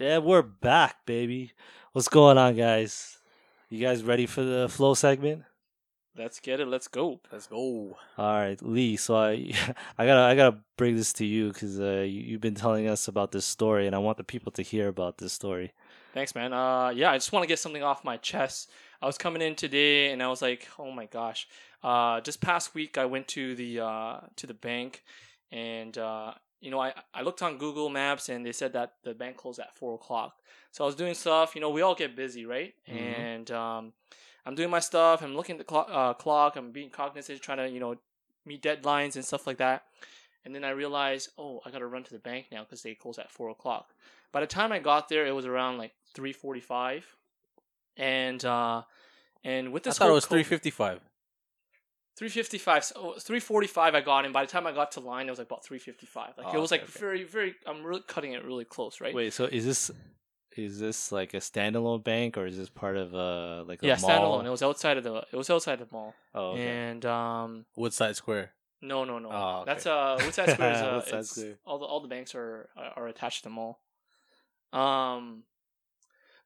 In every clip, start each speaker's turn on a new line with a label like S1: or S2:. S1: Yeah, we're back, baby. What's going on, guys? You guys ready for the flow segment?
S2: Let's get it. Let's go.
S3: Let's go.
S1: All right, Lee. So I, I gotta, I gotta bring this to you because uh, you, you've been telling us about this story, and I want the people to hear about this story.
S2: Thanks, man. Uh, yeah, I just want to get something off my chest. I was coming in today, and I was like, oh my gosh. Uh, just past week, I went to the uh, to the bank, and uh, you know, I I looked on Google Maps, and they said that the bank closed at four o'clock. So I was doing stuff. You know, we all get busy, right?
S3: Mhm.
S2: And um, I'm doing my stuff. I'm looking at the clock. Uh, clock. I'm being cognizant, trying to you know meet deadlines and stuff like that. And then I realized, oh, I gotta run to the bank now because they close at four o'clock. By the time I got there, it was around like three forty-five, and uh, and with
S3: I
S2: this
S3: thought it
S2: whole
S3: was
S2: co-
S3: 355.
S2: 355 so 345 i got in by the time i got to line it was like about 355 like it
S3: Oh,
S2: was
S3: okay,
S2: like
S3: okay.
S2: very very i'm really cutting it really close right
S1: Wait, so is this, is this like a standalone bank, or is this part of uh like a
S2: yeah
S1: mall?
S2: standalone it was outside of the it was outside of the mall
S1: Oh, okay.
S2: and um
S3: Woodside Square.
S2: no no no
S3: Oh, okay.
S2: that's uh Woodside Square is uh,
S1: Woodside
S2: it's-
S1: Square.
S2: all the all the banks are are are attached to the mall um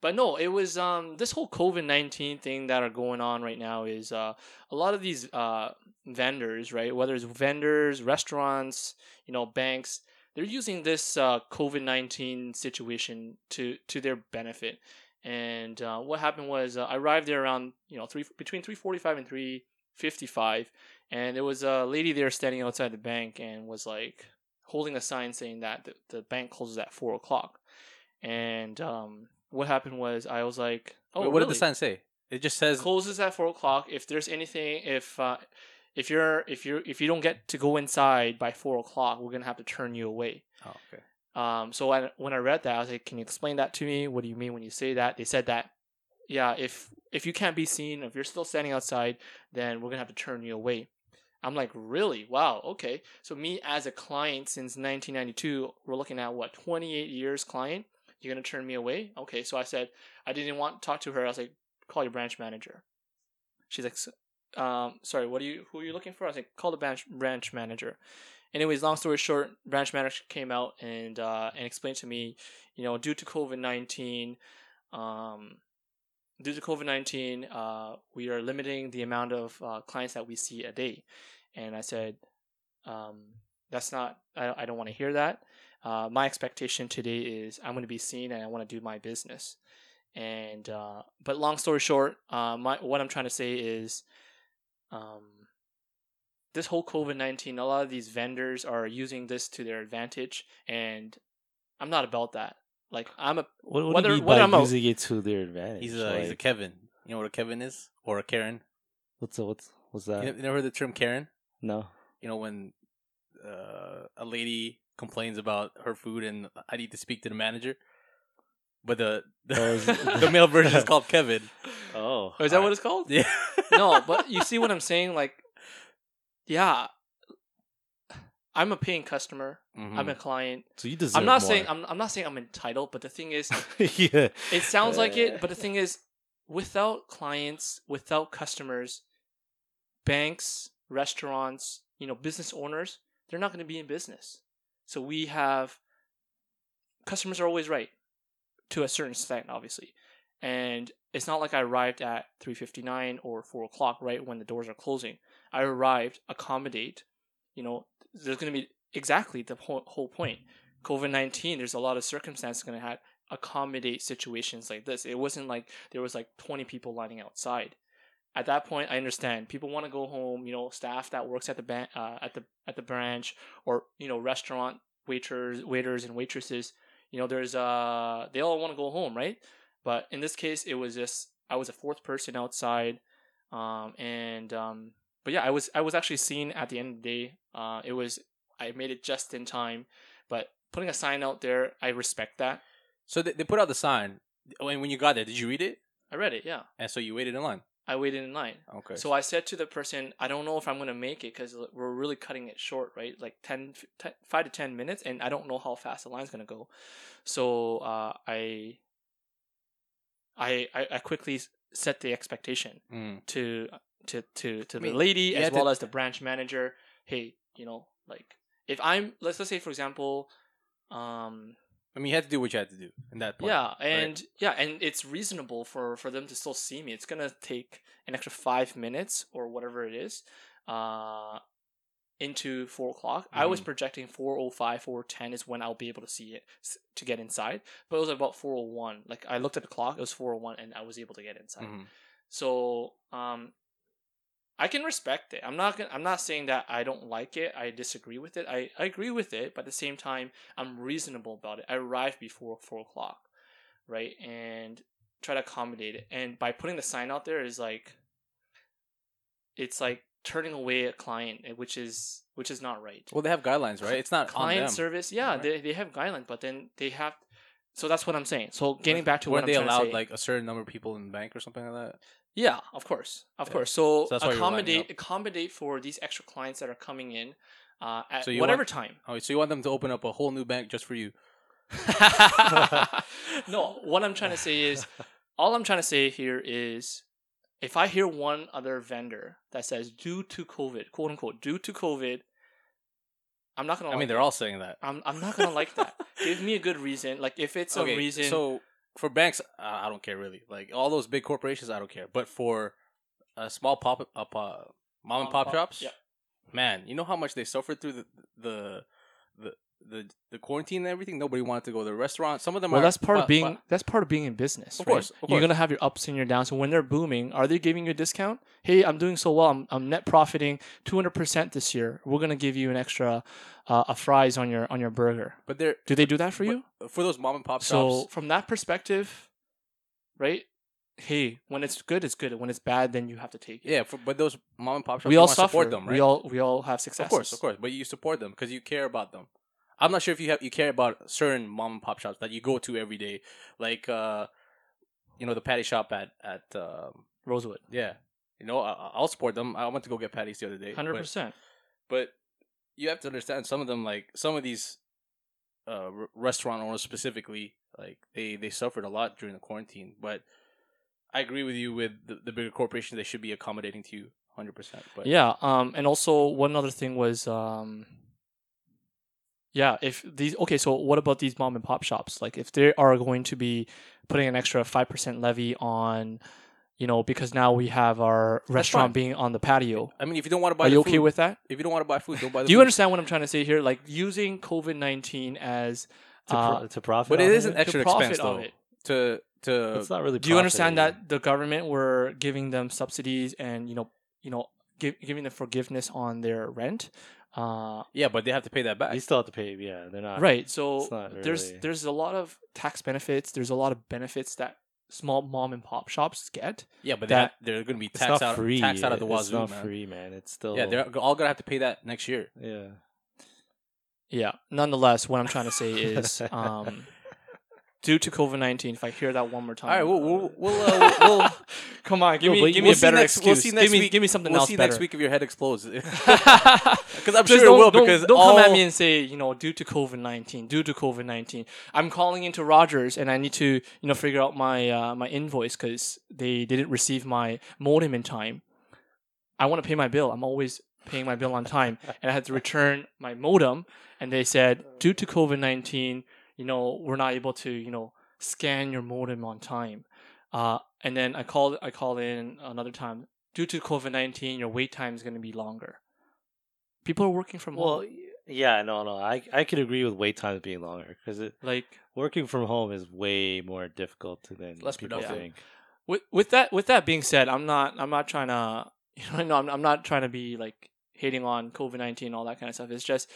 S2: but no it was um this whole covid-19 thing that are going on right now is uh a lot of these uh vendors right whether it's vendors restaurants you know banks they're using this uh, COVID nineteen situation to to their benefit. And uh, what happened was uh, I arrived there around you know three between three forty five and three fifty five, and there was a lady there standing outside the bank and was like holding a sign saying that the, the bank closes at four o'clock. And um, what happened was I was like, oh,
S3: Wait, what did
S2: really?
S3: the sign say? It just says
S2: closes at four o'clock. If there's anything, if uh, if you're if you're if you don't get to go inside by four o'clock, we're gonna have to turn you away.
S3: Oh, okay.
S2: Um, so when when I read that, I was like, "Can you explain that to me? What do you mean when you say that?" They said that, yeah, if if you can't be seen, if you're still standing outside, then we're gonna have to turn you away. I'm like, really? Wow. Okay. So me as a client since 1992, we're looking at what 28 years client. You're gonna turn me away? Okay. So I said I didn't want to talk to her. I was like, call your branch manager. She's like, "S- um, sorry, what are you? Who are you looking for? I was like, call the branch branch manager anyways, long story short, branch manager came out and uh, and explained to me, you know, due to COVID nineteen, um, due to COVID nineteen, uh, we are limiting the amount of uh, clients that we see a day, and I said, um, that's not, I, I don't want to hear that. Uh, my expectation today is I'm going to be seen and I want to do my business. And uh, but long story short, uh, my what I'm trying to say is, um, this whole COVID 19, a lot of these vendors are using this to their advantage, and I'm not about that. Like, I'm a
S1: What, what do
S2: whether-
S1: you mean
S2: whether
S1: by
S2: I'm a-
S1: using it to their advantage?
S3: He's a he's a
S1: Like,
S3: Kevin. You know what a Kevin is or a Karen?
S1: what's what's what's
S3: You
S2: Uh,
S1: that?
S3: ne- you never heard the term Karen?
S1: No.
S3: You know when uh, a lady complains about her food and I need to speak to the manager, but the
S1: Oh, is
S3: the,
S1: it-
S3: the male version is called Kevin.
S1: Oh.
S2: is that what it's called?
S3: Yeah.
S2: no, but you see what I'm saying? Like, yeah, I'm a paying customer,
S3: Mm-hmm.
S2: I'm a client.
S1: So you deserve.
S2: I'm not
S1: more.
S2: saying I'm, I'm not saying I'm entitled, but the thing is,
S1: yeah.
S2: it sounds like
S1: Uh,
S2: it, but the thing is, without clients, without customers, banks, restaurants, you know, business owners, they're not going to be in business. So we have customers are always right to a certain extent, obviously. And it's not like I arrived at 3:59 or 4 o'clock, right when the doors are closing. I arrived, accommodate. You know, there's going to be exactly the whole, whole point. COVID 19, there's a lot of circumstances going to have accommodate situations like this. It wasn't like there was like 20 people lining outside. At that point, I understand people want to go home. You know, staff that works at the ban- uh, at the at the branch or you know restaurant waiters waiters and waitresses. You know, there's uh they all want to go home, right? But in this case, it was just I was a fourth person outside, um and um but yeah, I was I was actually seen at the end of the day. Uh, it was I made it just in time, but putting a sign out there, I respect that.
S3: So they, they put out the sign. When when you got there, did you read it?
S2: I read it, yeah.
S3: And so you waited in line.
S2: I waited in line.
S3: Okay.
S2: So I said to the person, I don't know if I'm going to make it because we're really cutting it short, right? Like 10, 10, 5 to 10 minutes, and I don't know how fast the line's going to go. So uh, I, I, I I quickly set the expectation
S3: Mm.
S2: to to to to the
S3: I mean,
S2: lady
S3: you
S2: as
S3: have
S2: well
S3: to-
S2: as the branch manager. Hey, you know, like if I'm let's just say for example, um,
S3: I mean, you have to do what you have to do in that point.
S2: yeah, and yeah, and it's reasonable for for them to still see me. It's gonna take an extra five minutes or whatever it is, uh, into four o'clock. I
S3: Mm-hmm.
S2: was projecting four o five, four ten is when I'll be able to see it s- to get inside. But it was about four o one. Like I looked at the clock, it was four o one, and I was able to get inside.
S3: Mhm.
S2: So um, I can respect it. I'm not. Gonna, I'm not saying that I don't like it. I disagree with it. I, I agree with it, but at the same time, I'm reasonable about it. I arrive before four o'clock, right, and try to accommodate it. And by putting the sign out there is like, it's like turning away a client, eh, which is which is not right.
S3: well, they have guidelines, right? It's not on
S2: client
S3: them.
S2: service, yeah,
S3: Right.
S2: they they have guidelines, but then they have. So that's what I'm saying. So getting back to what
S3: Weren't
S2: I'm
S3: they
S2: trying to
S3: allowed
S2: say.
S3: like a certain number of people in the bank or something like that?
S2: Yeah, of course, of
S3: Yeah.
S2: course. So,
S3: So that's why you're lining
S2: accommodate
S3: up.
S2: accommodate for these extra clients that are coming in uh, at
S3: So you
S2: whatever
S3: want-
S2: time.
S3: Oh, so you want them to open up a whole new bank just for you?
S2: no, what I'm trying to say is, all I'm trying to say here is, if I hear one other vendor that says due to COVID, quote unquote, due to COVID, I'm not gonna.
S3: I
S2: like
S3: mean, they're
S2: it.
S3: all saying that.
S2: I'm I'm not gonna like that. Give me a good reason. Like if it's a reason.
S3: So for banks, uh, I don't care really. Like all those big corporations, I don't care. But for uh, small pop, uh, pop mom and pop, shops,
S2: Yeah.
S3: man, you know how much they suffered through the the the the, the quarantine and everything. Nobody wanted to go to the restaurant. Some of them
S2: Well,
S3: are,
S2: that's part
S3: but-
S2: of being
S3: but-
S2: that's part of being in business.
S3: Of
S2: right?
S3: course, of
S2: you're
S3: course.
S2: gonna have your ups and your downs. And when they're booming, are they giving you a discount? Hey, I'm doing so well. I'm, I'm net profiting 200 percent this year. We're gonna give you an extra uh, a fries on your on your burger.
S3: but they're
S2: Do they do that for you?
S3: but for those mom and pop
S2: So
S3: shops.
S2: from that perspective, right? Hey, when it's good, it's good. When it's bad, then you have to take it.
S3: Yeah, for, but those mom and pop shops,
S2: we
S3: you
S2: all
S3: wanna
S2: suffer.
S3: support them, right?
S2: We all we all have success.
S3: of course, of course. But you support them because you care about them. I'm not sure if you have you care about certain mom and pop shops that you go to every day, like uh, you know the patty shop at at um,
S2: Rosewood,
S3: yeah, you know I, I'll support them. I went to go get patties the other day,
S2: hundred
S3: but-
S2: percent.
S3: But you have to understand some of them, like some of these uh, r- restaurant owners specifically, like they they suffered a lot during the quarantine. But I agree with you with the, the bigger corporations; they should be accommodating to you 100. percent But
S2: Yeah. Um. And also one other thing was um. Yeah. If these okay, so what about these mom and pop shops? Like, if they are going to be putting an extra five percent levy on, you know, because now we have our restaurant
S3: fine.
S2: being on the patio.
S3: I mean, if you don't want to buy,
S2: Are
S3: the
S2: you okay
S3: food-
S2: with that?
S3: if you don't want to buy food, don't buy the
S2: Do you
S3: food.
S2: understand what I'm trying to say here? Like using COVID nineteen as.
S1: to,
S2: uh,
S1: pro- to profit.
S3: But
S1: off
S3: it
S1: of
S3: is an extra
S2: to profit
S3: expense
S2: on
S3: though.
S2: it.
S3: To to
S1: It's not really.
S2: Do you understand
S1: profiting.
S2: that the government were giving them subsidies and you know you know give, giving them forgiveness on their rent? Uh,
S3: yeah, but they have to pay that back.
S1: You still have to pay. Yeah, they're
S3: Uh,
S1: not
S2: right so
S1: it's not
S2: there's
S1: really-
S2: there's a lot of tax benefits there's a lot of benefits that small mom and pop shops get
S3: Yeah, but
S2: That-
S3: they are going to be
S1: It's
S3: taxed
S1: not
S3: out
S1: free.
S3: taxed out of the
S1: It's
S3: wazoo,
S1: not
S3: man.
S1: free, man. It's still
S3: Yeah, they're all going to have to pay that next year.
S1: yeah.
S2: yeah nonetheless what i'm trying to say is um due to covid-19 if i hear that one more time
S3: All right, we'll we'll we'll, uh, we'll, we'll,
S2: come on give
S1: No,
S2: me
S1: but
S2: give
S1: we'll
S2: me a
S1: see
S2: better
S3: next- we'll
S2: excuse
S3: see
S2: give
S3: next
S2: me
S3: week-
S2: give me something
S3: we'll
S2: else
S3: see
S2: better
S3: next week if your head explodes. Because
S2: because
S3: I'm sure it will. because
S2: don't, don't come at
S3: all-
S2: me and say you know due to COVID nineteen, due to COVID nineteen. I'm calling into Rogers and I need to you know figure out my uh, my invoice because they didn't receive my modem in time. I want to pay my bill. I'm always paying my bill on time, and I had to return my modem, and they said due to COVID nineteen, you know we're not able to you know scan your modem on time. Uh, and then I called I called in another time. Due to COVID nineteen, your wait time is going to be longer. People are working from
S1: Well,
S2: home.
S1: y- yeah, no, no. I I could agree with wait times being longer because it
S2: Like
S1: working from home is way more difficult than
S3: Less
S1: people
S3: productive.
S1: think.
S2: with with that with that being said, I'm not I'm not trying to you know I know I'm I'm not trying to be like hating on COVID nineteen and all that kind of stuff. It's just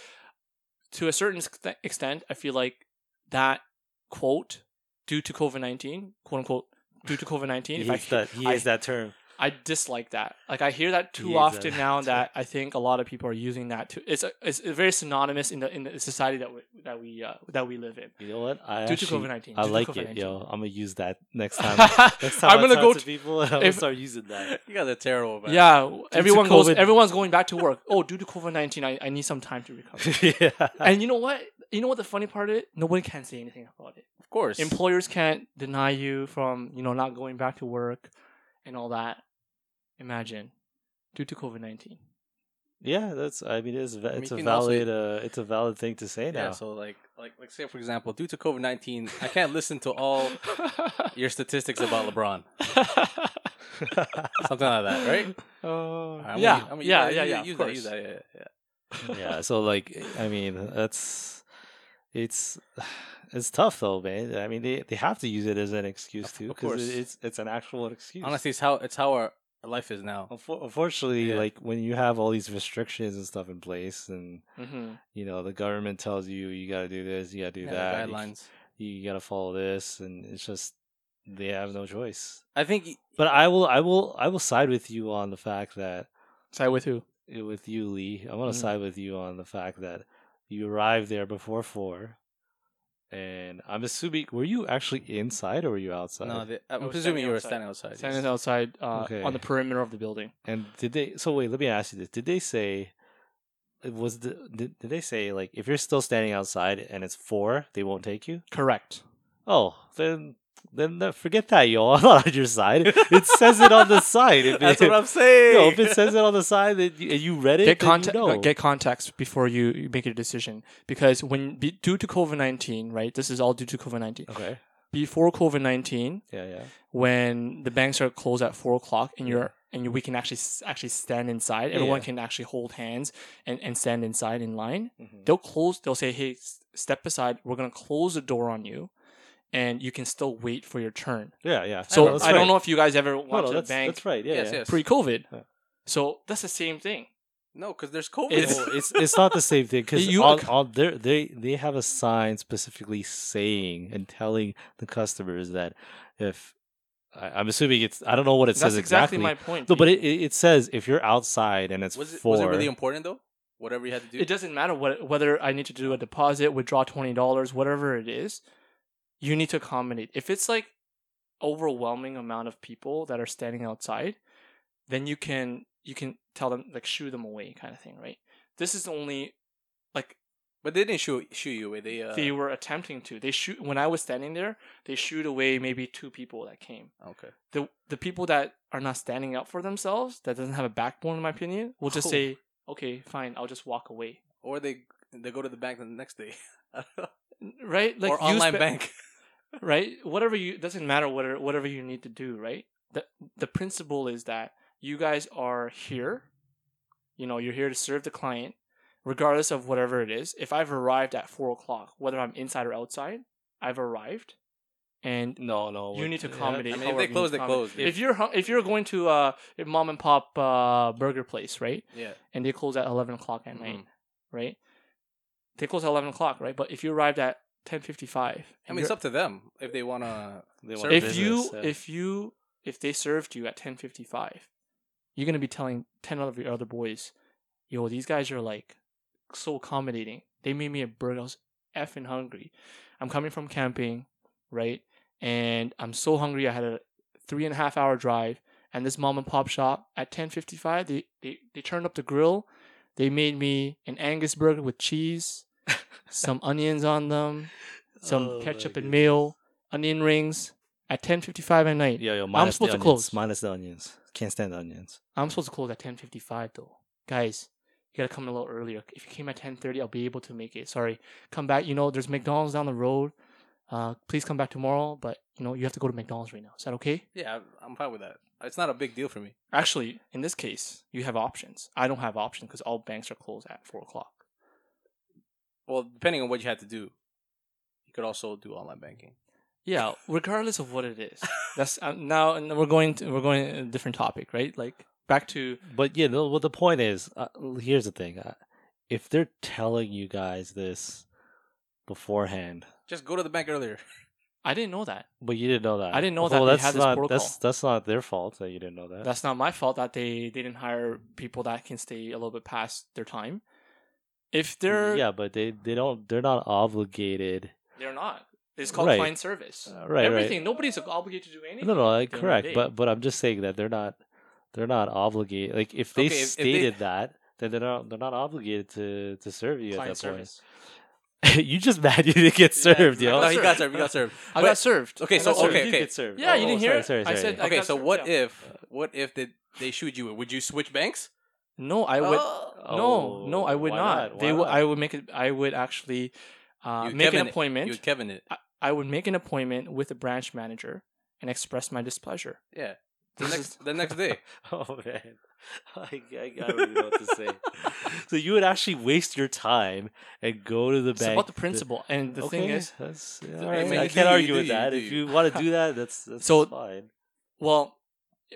S2: to a certain ex- extent, I feel like that quote due to COVID nineteen quote unquote due to COVID nineteen.
S1: He
S2: if I
S1: hates that. He
S2: I-
S1: hates that term.
S2: I dislike that. Like I hear that too
S1: Yeah,
S2: often
S1: exactly.
S2: now that I think a lot of people are using that too. It's a, it's very synonymous in the in the society that we that we uh, that we live in.
S1: You know what? I
S2: Due to
S1: actually-
S2: COVID nineteen.
S1: I like it, yo. I'm gonna use that next time. next time
S2: I'm
S1: I
S2: gonna
S1: talk
S2: go.
S1: to
S2: To,
S1: people. I'm gonna
S2: if-
S1: start using that.
S3: you guys are terrible, man.
S2: yeah, w-
S1: to
S2: everyone goes.
S1: COVID.
S2: Everyone's going back to work. Oh, due to COVID nineteen, I, I need some time to recover.
S1: yeah.
S2: and you know what? You know what the funny part is? Nobody can say anything about it.
S3: of course.
S2: Employers can't deny you from you know not going back to work and all that. Imagine due to COVID nineteen.
S1: Yeah, that's. I mean, it's va-
S3: mean,
S1: it's
S3: you
S1: a
S3: can also-
S1: valid uh, it's a valid thing to say
S3: Yeah.
S1: now.
S3: So like like like say for example, due to COVID nineteen, I can't listen to all your statistics about LeBron, something like that, right?
S2: Oh,
S3: Alright, I'm
S2: yeah,
S3: gonna- I'm gonna-
S2: yeah, yeah, yeah,
S3: Use
S2: of
S3: that, use
S2: course.
S3: that, yeah, yeah, yeah.
S1: yeah. So like, eh, I mean, that's it's it's tough though, man. I mean, they, they have to use it as an excuse
S3: Of-
S1: too,
S3: of
S1: because
S3: course.
S1: it's it's an actual excuse.
S3: Honestly, it's how it's how our life is now.
S1: Unfor- unfortunately,
S3: Yeah.
S1: like when you have all these restrictions and stuff in place, and
S2: Mm-hmm.
S1: you know the government tells you you got to do this, you got to do
S3: Yeah, the
S1: that, you-
S3: guidelines.
S1: you, got to follow this, and it's just they have no choice.
S3: I think
S1: But I will, I will, I will side with you on the fact that
S2: Side with who?
S1: eh, with you, Lee. I want to
S2: Mhm.
S1: side with you on the fact that you arrived there before four, and I'm assuming were you actually inside or were you outside?
S3: no, the, I'm
S2: was
S3: presuming
S2: standing
S3: you were
S2: outside.
S3: standing outside.
S2: Standing
S3: yes.
S2: outside uh,
S1: Okay.
S2: on the perimeter of the building.
S1: And did they? So wait, let me ask you this: Did they say? it Was the did, did they say like if you're still standing outside and it's four, they won't take you?
S2: Correct.
S1: Oh, then then that- forget that, yo. I'm not on your side. It says it on the side. If
S3: That's
S1: it,
S3: what I'm saying.
S1: yo, if it says it on the side, that you, and you read it,
S2: Get
S1: then
S2: context.
S1: you know.
S2: Get context before you you make your decision because when be, due to COVID nineteen, right? This is all due to COVID nineteen.
S1: okay.
S2: Before COVID nineteen,
S1: Yeah, yeah.
S2: when the banks are closed at four o'clock and you're and you, we can actually s- actually stand inside. Everyone
S1: Yeah.
S2: can actually hold hands and, and stand inside in line.
S1: Mhm.
S2: They'll close. They'll say, "Hey, s- step aside. We're gonna close the door on you, and you can still wait for your turn."
S1: Yeah, yeah.
S2: So
S1: No, that's
S2: I don't
S1: right.
S2: know if you guys ever
S1: No, no,
S2: went to
S1: that's,
S2: the bank
S1: that's right. Yeah,
S3: yes,
S1: yeah.
S3: yes.
S2: pre-COVID.
S1: Yeah.
S2: So that's the same thing.
S3: no, because there's COVID.
S2: Oh, It's-
S1: Well, it's it's not the same thing because
S2: You-
S1: on, on their, they they have a sign specifically saying and telling the customers that if I, I'm assuming it's I don't know what it
S2: that's
S1: says
S2: exactly
S1: exactly.
S2: my point.
S1: no, but
S2: Pete.
S1: it, it it says if you're outside and it's
S3: was it
S1: four.
S3: was it really important though? Whatever you had to do.
S2: it doesn't matter what whether I need to do a deposit, withdraw twenty dollars, whatever it is. You need to accommodate. If it's like overwhelming amount of people that are standing outside, then you can you can tell them like shoo them away kind of thing, right? This is only like
S3: but they didn't shoot shoot you away. They uh,
S2: they were attempting to. They shoot when I was standing there, they shooed away maybe two people that came.
S3: oh, okay.
S2: the the people that are not standing up for themselves, that doesn't have a backbone, in my opinion, will just
S3: Oh.
S2: say, "Okay, fine, I'll just walk away."
S3: Or they they go to the bank the next day. I don't know.
S2: Right?
S3: or
S2: you
S3: online
S2: spe-
S3: bank.
S2: Right? Whatever you doesn't matter whatever whatever you need to do. Right? the The principle is that you guys are here. You know, you're here to serve the client, regardless of whatever it is. If I've arrived at four o'clock, whether I'm inside or outside, I've arrived, and
S1: no, no.
S2: You
S1: what-
S2: need to
S1: yeah,
S2: accommodate.
S3: I mean, if
S2: however
S3: they
S2: you
S3: close, they
S2: accommodate.
S3: close.
S2: If, you're hu- if you're going to uh, a mom and pop uh, burger place, right?
S3: yeah.
S2: and they close at 11 o'clock at night
S3: Mm-hmm.
S2: right they close at 11 o'clock right but if you arrived at 10.55
S3: I mean, it's up to them if they want to.
S1: they
S3: If
S1: want
S2: if
S1: business,
S2: you
S1: yeah.
S2: if you if they served you at 10.55 you're going to be telling 10 of your other boys yo these guys are like so accommodating they made me a burger i was effing hungry i'm coming from camping right and i'm so hungry i had a three and a half hour drive and this mom and pop shop at 10.55 they, they, they turned up the grill they made me an angus burger with cheese some onions on them some
S1: Oh my
S2: ketchup and
S1: goodness.
S2: mayo onion rings at 10.55 at night
S1: Yo, yo, minus
S2: supposed
S1: the
S2: to
S1: onions,
S2: close.
S1: Minus the onions. Can't stand the onions.
S2: i'm supposed to close at 10.55 though guys you gotta come a little earlier if you came at 10.30 i'll be able to make it sorry come back you know there's mcdonald's down the road uh, please come back tomorrow but you know you have to go to mcdonald's right now is that okay
S3: Yeah, I'm fine with that. It's not a big deal for me.
S2: Actually, in this case, you have options. I don't have options because all banks are closed at four o'clock.
S3: Well, depending on what you had to do, you could also do online banking.
S2: Yeah, regardless of what it is. That's uh, now, and we're going to we're going to a different topic, right? Like back to
S1: But yeah, no, well, the point is, uh, here's the thing: uh, if they're telling you guys this beforehand,
S3: Just go to the bank earlier.
S2: I didn't know that.
S1: but you didn't know that.
S2: I didn't know that they
S1: that's
S2: had this
S1: not,
S2: protocol.
S1: That's that's not their fault that you didn't know that.
S2: That's not my fault that they they didn't hire people that can stay a little bit past their time. If they're
S1: Mm, yeah, but they they don't they're not obligated.
S2: they're not. It's called
S1: Right.
S2: client service.
S1: Uh, right,
S2: Everything. Nobody's obligated to do anything.
S1: right. No, no, like,
S2: at the end of the
S1: correct.
S2: day.
S1: But but I'm just saying that they're not they're not obligated. Like if they
S3: Okay, if- if they-
S1: stated that, then they're not they're not obligated to to serve you
S2: client
S1: at that
S2: service.
S1: point. you just mad you didn't get
S2: Yeah,
S1: served,
S2: I
S1: yo.
S2: got
S3: no, you got
S2: served.
S3: served. You got served.
S2: I
S3: But-
S2: got served.
S3: okay,
S2: I
S3: so-
S2: got served.
S3: okay.
S1: you did get served.
S2: Yeah, you
S1: Oh,
S2: didn't
S1: sorry,
S2: hear it.
S1: Sorry,
S2: I
S1: sorry.
S2: said- I
S3: Okay,
S2: got
S3: so
S2: served,
S3: what
S2: yeah.
S3: if what if they they shoot you, would you switch banks?
S2: No, I
S1: Uh,
S2: would.
S3: Oh.
S2: no, no, I
S1: Oh,
S2: would
S1: why
S2: not.
S1: Why
S2: They would.
S1: not?
S2: I would make it. I would actually uh,
S3: You
S2: make an
S3: Kevin it. You
S2: appointment.
S3: would Kevin it.
S2: I, I would make an appointment with a branch manager and express my displeasure.
S3: Yeah. The
S2: This
S3: next, the next day.
S1: Oh man, I, I, I don't even know what to say. so you would actually waste your time and go to the
S2: It's
S1: bank.
S2: about the
S1: to-
S2: principle, and the
S1: okay,
S2: thing is,
S1: that's yeah,
S3: I
S1: all right,
S2: mean,
S1: I
S2: you
S1: can't
S3: do, you
S1: argue
S3: do,
S1: with
S3: you
S1: that.
S3: do.
S1: If you want to do that, that's that's
S2: So-
S1: fine.
S2: well,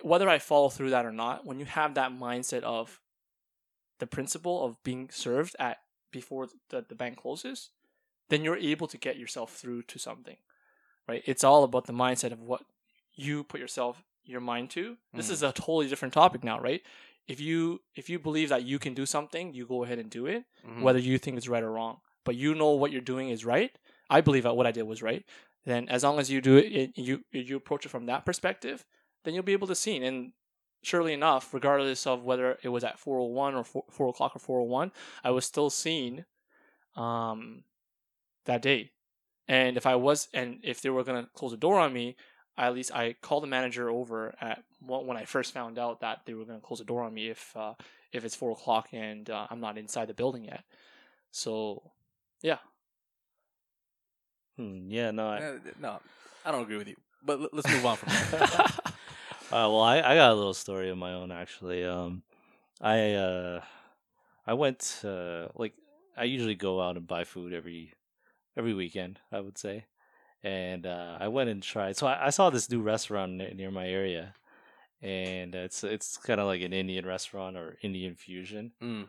S2: whether I follow through that or not, when you have that mindset of the principle of being served at before the, the bank closes, then you're able to get yourself through to something, right? It's all about the mindset of what you put yourself your mind to. This
S3: Mhm.
S2: is a totally different topic now, right? If you if you believe that you can do something, you go ahead and do it.
S3: Mhm.
S2: whether you think it's right or wrong. But you know what you're doing is right. I believe that what I did was right. Then as long as you do it, it you you approach it from that perspective, then you'll be able to see. it. And surely enough, regardless of whether it was at 401 or 4, 4 o'clock or 401, I was still seen um, that day. And if I was, and if they were gonna close the door on me, I, at least I called the manager over at when when I first found out that they were gonna close the door on me if uh, if it's four o'clock and uh, I'm not inside the building yet. So
S1: Hmm, yeah, no. I,
S3: Uh, no, I don't agree with you. But l- let's move on from that.
S1: Uh, well, I, I got a little story of my own actually. Um, I uh, I went uh, like I usually go out and buy food every every weekend, I would say, and uh, I went and tried. So I, I saw this new restaurant ne- near my area, and it's it's kind of like an Indian restaurant or Indian fusion,
S3: Mm.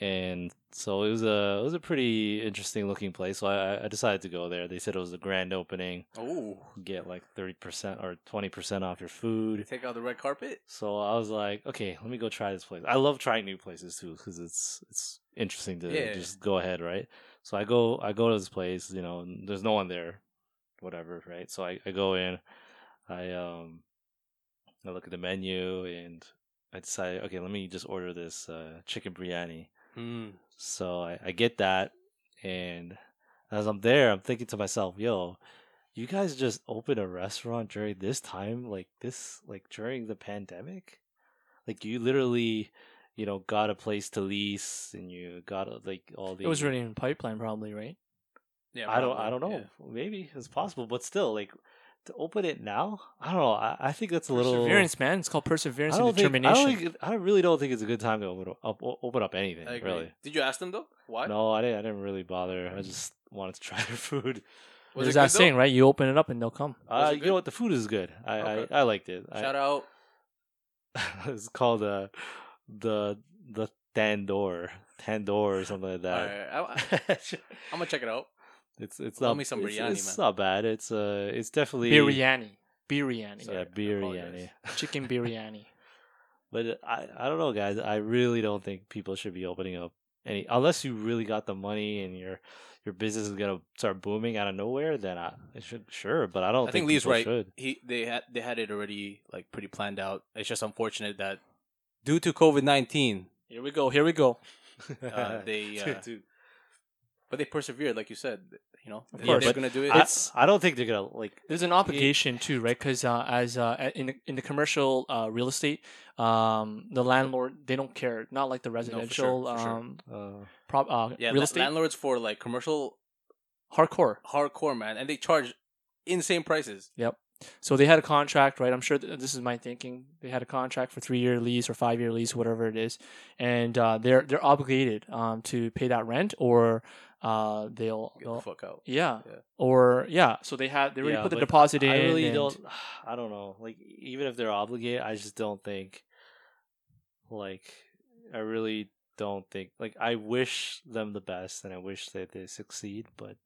S1: and so it was a it was a pretty interesting looking place. So I, I- I decided to go there. They said it was the grand opening,
S3: Oh,
S1: get like thirty percent or twenty percent off your food.
S3: take out the red carpet.
S1: So I was like, okay, let me go try this place. I love trying new places too because it's it's interesting to
S3: Yeah.
S1: just go ahead, right? So I go I go to this place, you know, and there's no one there, whatever, right? So I, I go in, I um, I look at the menu and I decide, okay, let me just order this uh, chicken biryani. Hmm.
S3: Mm.
S1: So I, I get that, and as I'm there, I'm thinking to myself, yo, you guys just open a restaurant during this time, like this, like during the pandemic, like you literally, you know, got a place to lease, and you got uh, like all the.
S2: it was really in pipeline, probably right.
S3: Yeah,
S1: I don't.
S3: probably,
S1: I don't know.
S3: yeah.
S1: Maybe it's possible, but still, like to open it now, I don't know. I, I think that's a little.
S2: Perseverance, man. It's called perseverance
S1: I
S2: and
S1: don't think. I,
S2: determination.
S1: don't think, I really don't think it's a good time to open up, open up anything.
S3: I agree.
S1: Really.
S3: Did you ask them though? Why?
S1: No, I didn't. I didn't really bother. I just wanted to try their food.
S3: Was
S2: There's
S3: it good,
S2: that saying,
S3: though?
S2: right? You open it up and they'll come.
S1: Uh,
S3: it
S1: you
S3: good?
S1: know what? The food is good. I
S3: Okay.
S1: I, I liked it. I-
S3: Shout out.
S1: it's called uh, the the tandoor tandoor or something like
S3: All
S1: that.
S3: right, I, am gonna check it out.
S1: it's it's
S3: Love
S1: not
S3: me some
S1: it's,
S3: biryani,
S1: it's
S3: man.
S1: not bad. It's uh it's definitely
S2: Biryani, biryani,
S1: yeah biryani.
S2: chicken biryani.
S1: But uh, I I don't know, guys. I really don't think people should be opening up any unless you really got the money and your your business is gonna start booming out of nowhere. Then I it should sure, but I don't
S3: I think Lee's
S1: people
S3: right.
S1: Should.
S3: He they had they had it already like pretty planned out. It's just unfortunate that due to COVID nineteen,
S2: Here we go. Here we go.
S3: uh, they uh, but they persevered, like you said. You know,
S2: Of
S3: They-
S1: course.
S3: they're
S1: But
S3: gonna do it.
S1: I, I don't think they're gonna like
S2: There's an obligation too, right? Because uh, as uh, a- in the, in the commercial uh, real estate, um, the landlord they don't care. Not like the
S3: sure,
S2: residential
S3: for sure.
S2: um,
S1: uh,
S2: prop, uh,
S3: yeah,
S2: real
S3: la-
S2: estate
S3: landlords for like commercial
S2: hardcore.
S3: hardcore man, and they charge insane prices.
S2: So they had a contract, right? I'm sure th- this is my thinking. They had a contract for three year lease or five year lease, whatever it is, and uh, they're they're obligated um, to pay that rent, or uh, they'll,
S3: Get the
S2: they'll
S3: fuck out.
S2: yeah.
S3: Yeah.
S2: or yeah. So they had they already
S1: Yeah,
S2: put the
S1: but
S2: deposit in.
S1: I really
S2: and-
S1: don't. I don't know. Like even if they're obligated, I just don't think. Like, I really don't think. Like, I wish them the best, and I wish that they succeed. But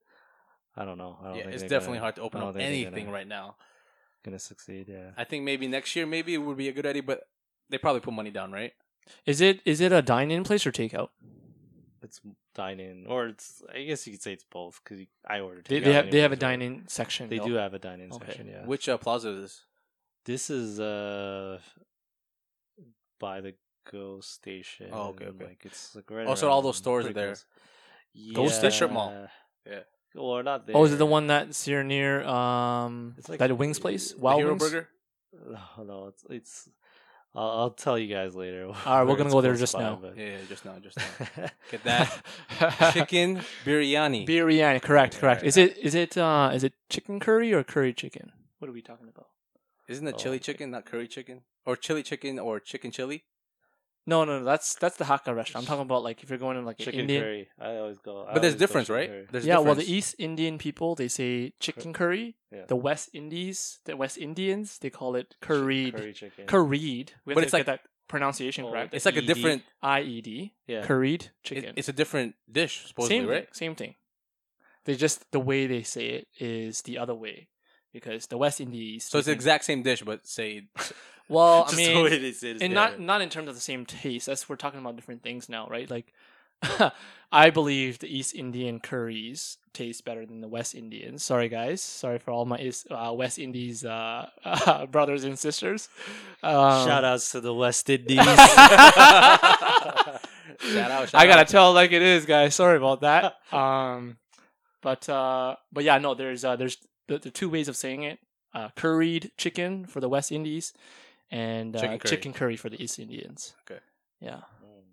S1: I don't know. I don't
S3: Yeah,
S1: think
S3: it's
S1: they're
S3: definitely
S1: gonna,
S3: hard to open
S1: I don't
S3: up
S1: think they're gonna-
S3: anything right now.
S1: Gonna succeed? Yeah.
S3: I think maybe next year, maybe it would be a good idea, but they probably put money down, right?
S2: Is it is it a dine in place or takeout?
S1: It's dine in, or it's. I guess you could say it's both because I ordered.
S2: They,
S1: takeout
S2: they have they have a
S1: anyways, right?
S2: dine in section.
S1: They
S2: though.
S1: do have a dine in
S2: Okay.
S1: section. Yeah.
S3: Which uh, plaza is this?
S1: This is uh by the ghost station.
S3: Oh, okay, okay.
S1: Like it's like right.
S3: Oh, so all
S1: around-
S3: those stores are
S1: pretty
S3: there.
S1: close. Yeah.
S3: Ghost Station Strip Mall. Yeah.
S1: Or not there.
S2: Oh, is it the one that's here near um
S1: It's like
S2: that wings place?
S1: the
S3: The
S2: Wild
S3: Hero
S2: Wings?
S3: Burger?
S1: No, no, it's it's I'll, I'll tell you guys later. All
S2: right, we're gonna go there just now.
S3: Yeah, yeah, just now, just now. Get that chicken biryani.
S2: biryani. Correct,
S3: Yeah,
S2: correct.
S3: right,
S2: Is it is it uh is it chicken curry or curry chicken? What are we talking about?
S3: Isn't it
S1: Oh,
S3: chili
S1: okay.
S3: chicken, not curry chicken, or chili chicken, or chicken chili?
S2: No, no, no. That's that's the Hakka restaurant. I'm talking about like if you're going in like an
S1: chicken
S2: Indian.
S1: curry. I always go. I
S3: But there's
S1: always go
S3: difference,
S1: chicken
S3: right?
S1: curry.
S3: There's
S2: yeah, well, the
S3: difference.
S2: East Indian people they say chicken curry.
S1: Yeah.
S2: The West Indies, the West Indians, they call it curried.
S1: Curry chicken.
S2: Curried. We have
S3: But
S2: to
S3: it's
S2: get
S3: like-
S2: that pronunciation
S1: Oh,
S2: correct.
S3: It's like a
S1: ED.
S3: different.
S2: I E D.
S1: Yeah.
S2: Curried
S3: it-
S2: chicken.
S3: it's a different dish, supposedly,
S2: same
S3: right?
S2: thing. Same thing. They just the way they say it is the other way because the West Indies.
S3: So
S2: they
S3: it's the
S2: think-
S3: exact same dish, but say.
S2: Well, I
S3: just the
S2: mean,
S3: way they say it is
S2: and
S3: different.
S2: not not in terms of the same taste. That's we're talking about different things now, right? Like, I believe the East Indian curries taste better than the West Indians. Sorry, guys. Sorry for all my East, uh, West Indies uh, brothers and sisters. Um,
S1: Shout outs to the West Indies.
S3: Shout out, shout
S2: I gotta
S3: out.
S2: tell like it is, guys. Sorry about that. Um, but uh, but yeah, no. There's uh, there's the, the two ways of saying it: uh, curried chicken for the West Indies, and uh,
S3: Chicken
S2: chicken,
S3: curry.
S2: curry. for the East Indians.
S3: Okay.
S2: Yeah.
S1: Mm.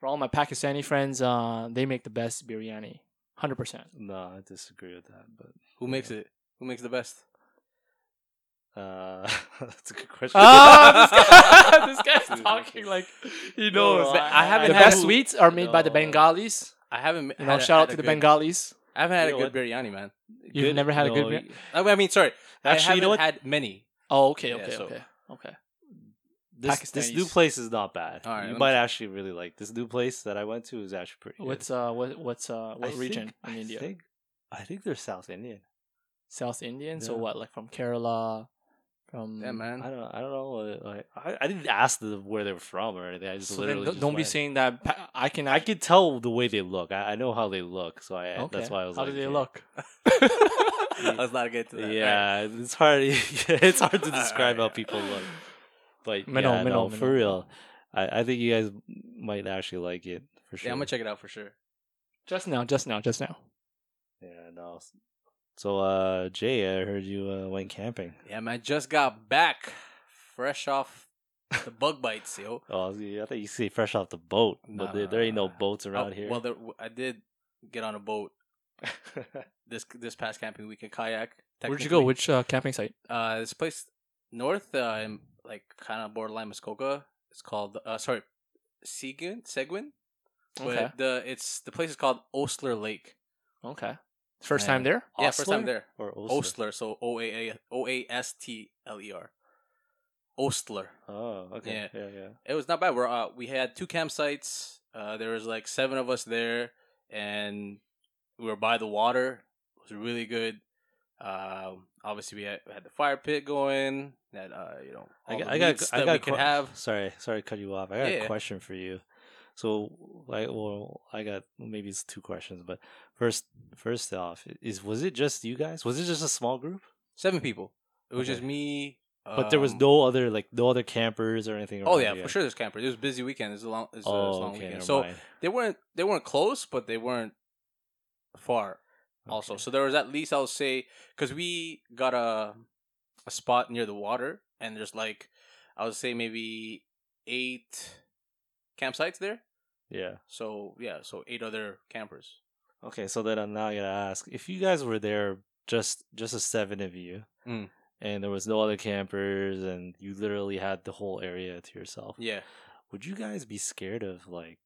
S2: For all my Pakistani friends, uh, they make the best biryani. Hundred percent.
S1: no, I disagree with that, but
S3: Who makes it? Who makes the best?
S1: uh, that's a good question.
S2: Ah, this, guy, this guy's
S1: Dude,
S2: talking
S1: okay.
S2: like he
S1: No,
S2: knows.
S1: no,
S2: that
S1: I- I
S2: the
S1: haven't had-
S2: best sweets are made by the
S1: No.
S2: Bengalis.
S3: I haven't.
S2: You
S3: had
S2: know,
S3: a-
S2: shout
S3: had
S2: out
S3: a
S2: to the
S3: good-
S2: Bengalis.
S3: I haven't had
S1: You
S3: a
S1: know
S3: good biryani, man.
S2: You've
S1: Good-
S2: never had a
S1: no,
S2: good.
S1: you-
S2: bir-
S3: I I mean, sorry. I
S1: Actually, you know
S3: haven't
S1: what?
S3: Had many.
S2: Oh, okay,
S3: Yeah,
S2: okay,
S3: so-
S2: okay, okay.
S1: This, this new
S2: Pakistanis.
S1: place is not bad.
S3: All right,
S1: you
S3: let
S1: might
S3: me-
S1: actually really like this new place that I went to is actually pretty. good.
S2: What's uh what what's uh
S1: I
S2: what region
S1: think- I
S2: in India?
S1: Think, I think they're South Indian.
S2: South Indian. So
S1: Yeah.
S2: what, like from Kerala, from
S3: Yeah, man.
S1: I don't. I don't know. uh, Like, I, I didn't ask them where they were from or anything. I just
S2: So then
S1: literally
S2: don't,
S1: just
S2: don't be
S1: went.
S2: saying that. Pa- I can.
S1: I could tell the way they look. I, I know how they look, so I
S2: Okay.
S1: that's why I was
S2: How
S1: like,
S2: do they
S1: "Yeah."
S2: look?
S3: Let's not get to that. All right.
S1: Yeah, it's hard. it's hard to
S3: All right,
S1: describe
S3: all
S1: how
S3: right.
S1: people look. But
S2: Minnow,
S1: yeah, no,
S2: minnow,
S1: for
S2: minnow.
S1: real, I, I think you guys might actually like it for sure.
S3: Yeah, I'm gonna check it out for sure.
S2: Just now, just now, just now.
S1: Yeah, no. So, uh, Jay, I heard you uh, went camping.
S3: Yeah, man. Just got back, fresh off the bug bites, yo.
S1: Oh, I was- I thought you say fresh off the boat,
S3: Nah,
S1: but there, there ain't no
S3: nah, nah.
S1: boats around
S3: Oh,
S1: here.
S3: Well, there, I did get on a boat this this past camping weekend, kayak.
S2: Where'd you go?
S3: technically.
S2: Which uh, camping site?
S3: uh this place north, uh, in, like kind of borderline Muskoka. It's called uh sorry, Seguin Seguin. But
S2: Okay.
S3: the it's the place is called Osler Lake.
S2: Okay. First
S3: Man.
S2: time there.
S3: Yeah, first
S1: Osler?
S3: time there.
S1: or Osler.
S3: Ostler, so O A A O A S T L E R. Ostler.
S1: Oh, okay. Yeah, yeah.
S3: It was not bad. We're uh, we had two campsites. Uh, there was like seven of us there, and we were by the water. It was really good. Um, obviously we had, we had the fire pit going. That uh, you know, all
S1: I got,
S3: the
S1: I got,
S3: meats
S1: I
S3: that
S1: got
S3: we
S1: a
S3: could
S1: que-
S3: have.
S1: Sorry, sorry, to cut you off. I got
S3: Yeah, yeah.
S1: a question for you. So, like, well, I got maybe it's two questions, but first, first off, is was it just you guys? Was it just a small group?
S3: Seven people. It was
S1: Okay.
S3: just me.
S1: But there was
S3: um,
S1: no other, like, no other campers or anything.
S3: Oh
S1: around
S3: yeah,
S1: yet?
S3: for sure. There's campers. It was a busy weekend. It was a long. It was a- it was a
S1: Oh,
S3: long
S1: okay.
S3: weekend.
S1: never
S3: So
S1: mind.
S3: they weren't they weren't close, but they weren't far. also.
S1: Okay.
S3: So there was at least I'll say because we got a a spot near the water, and there's like I would say maybe eight campsites there.
S1: yeah.
S3: So yeah, so eight other campers.
S1: Okay, so then I'm now gonna ask if you guys were there just just the seven of you,
S3: Mm.
S1: and there was no other campers, and you literally had the whole area to yourself.
S3: Yeah,
S1: Would you guys be scared of like,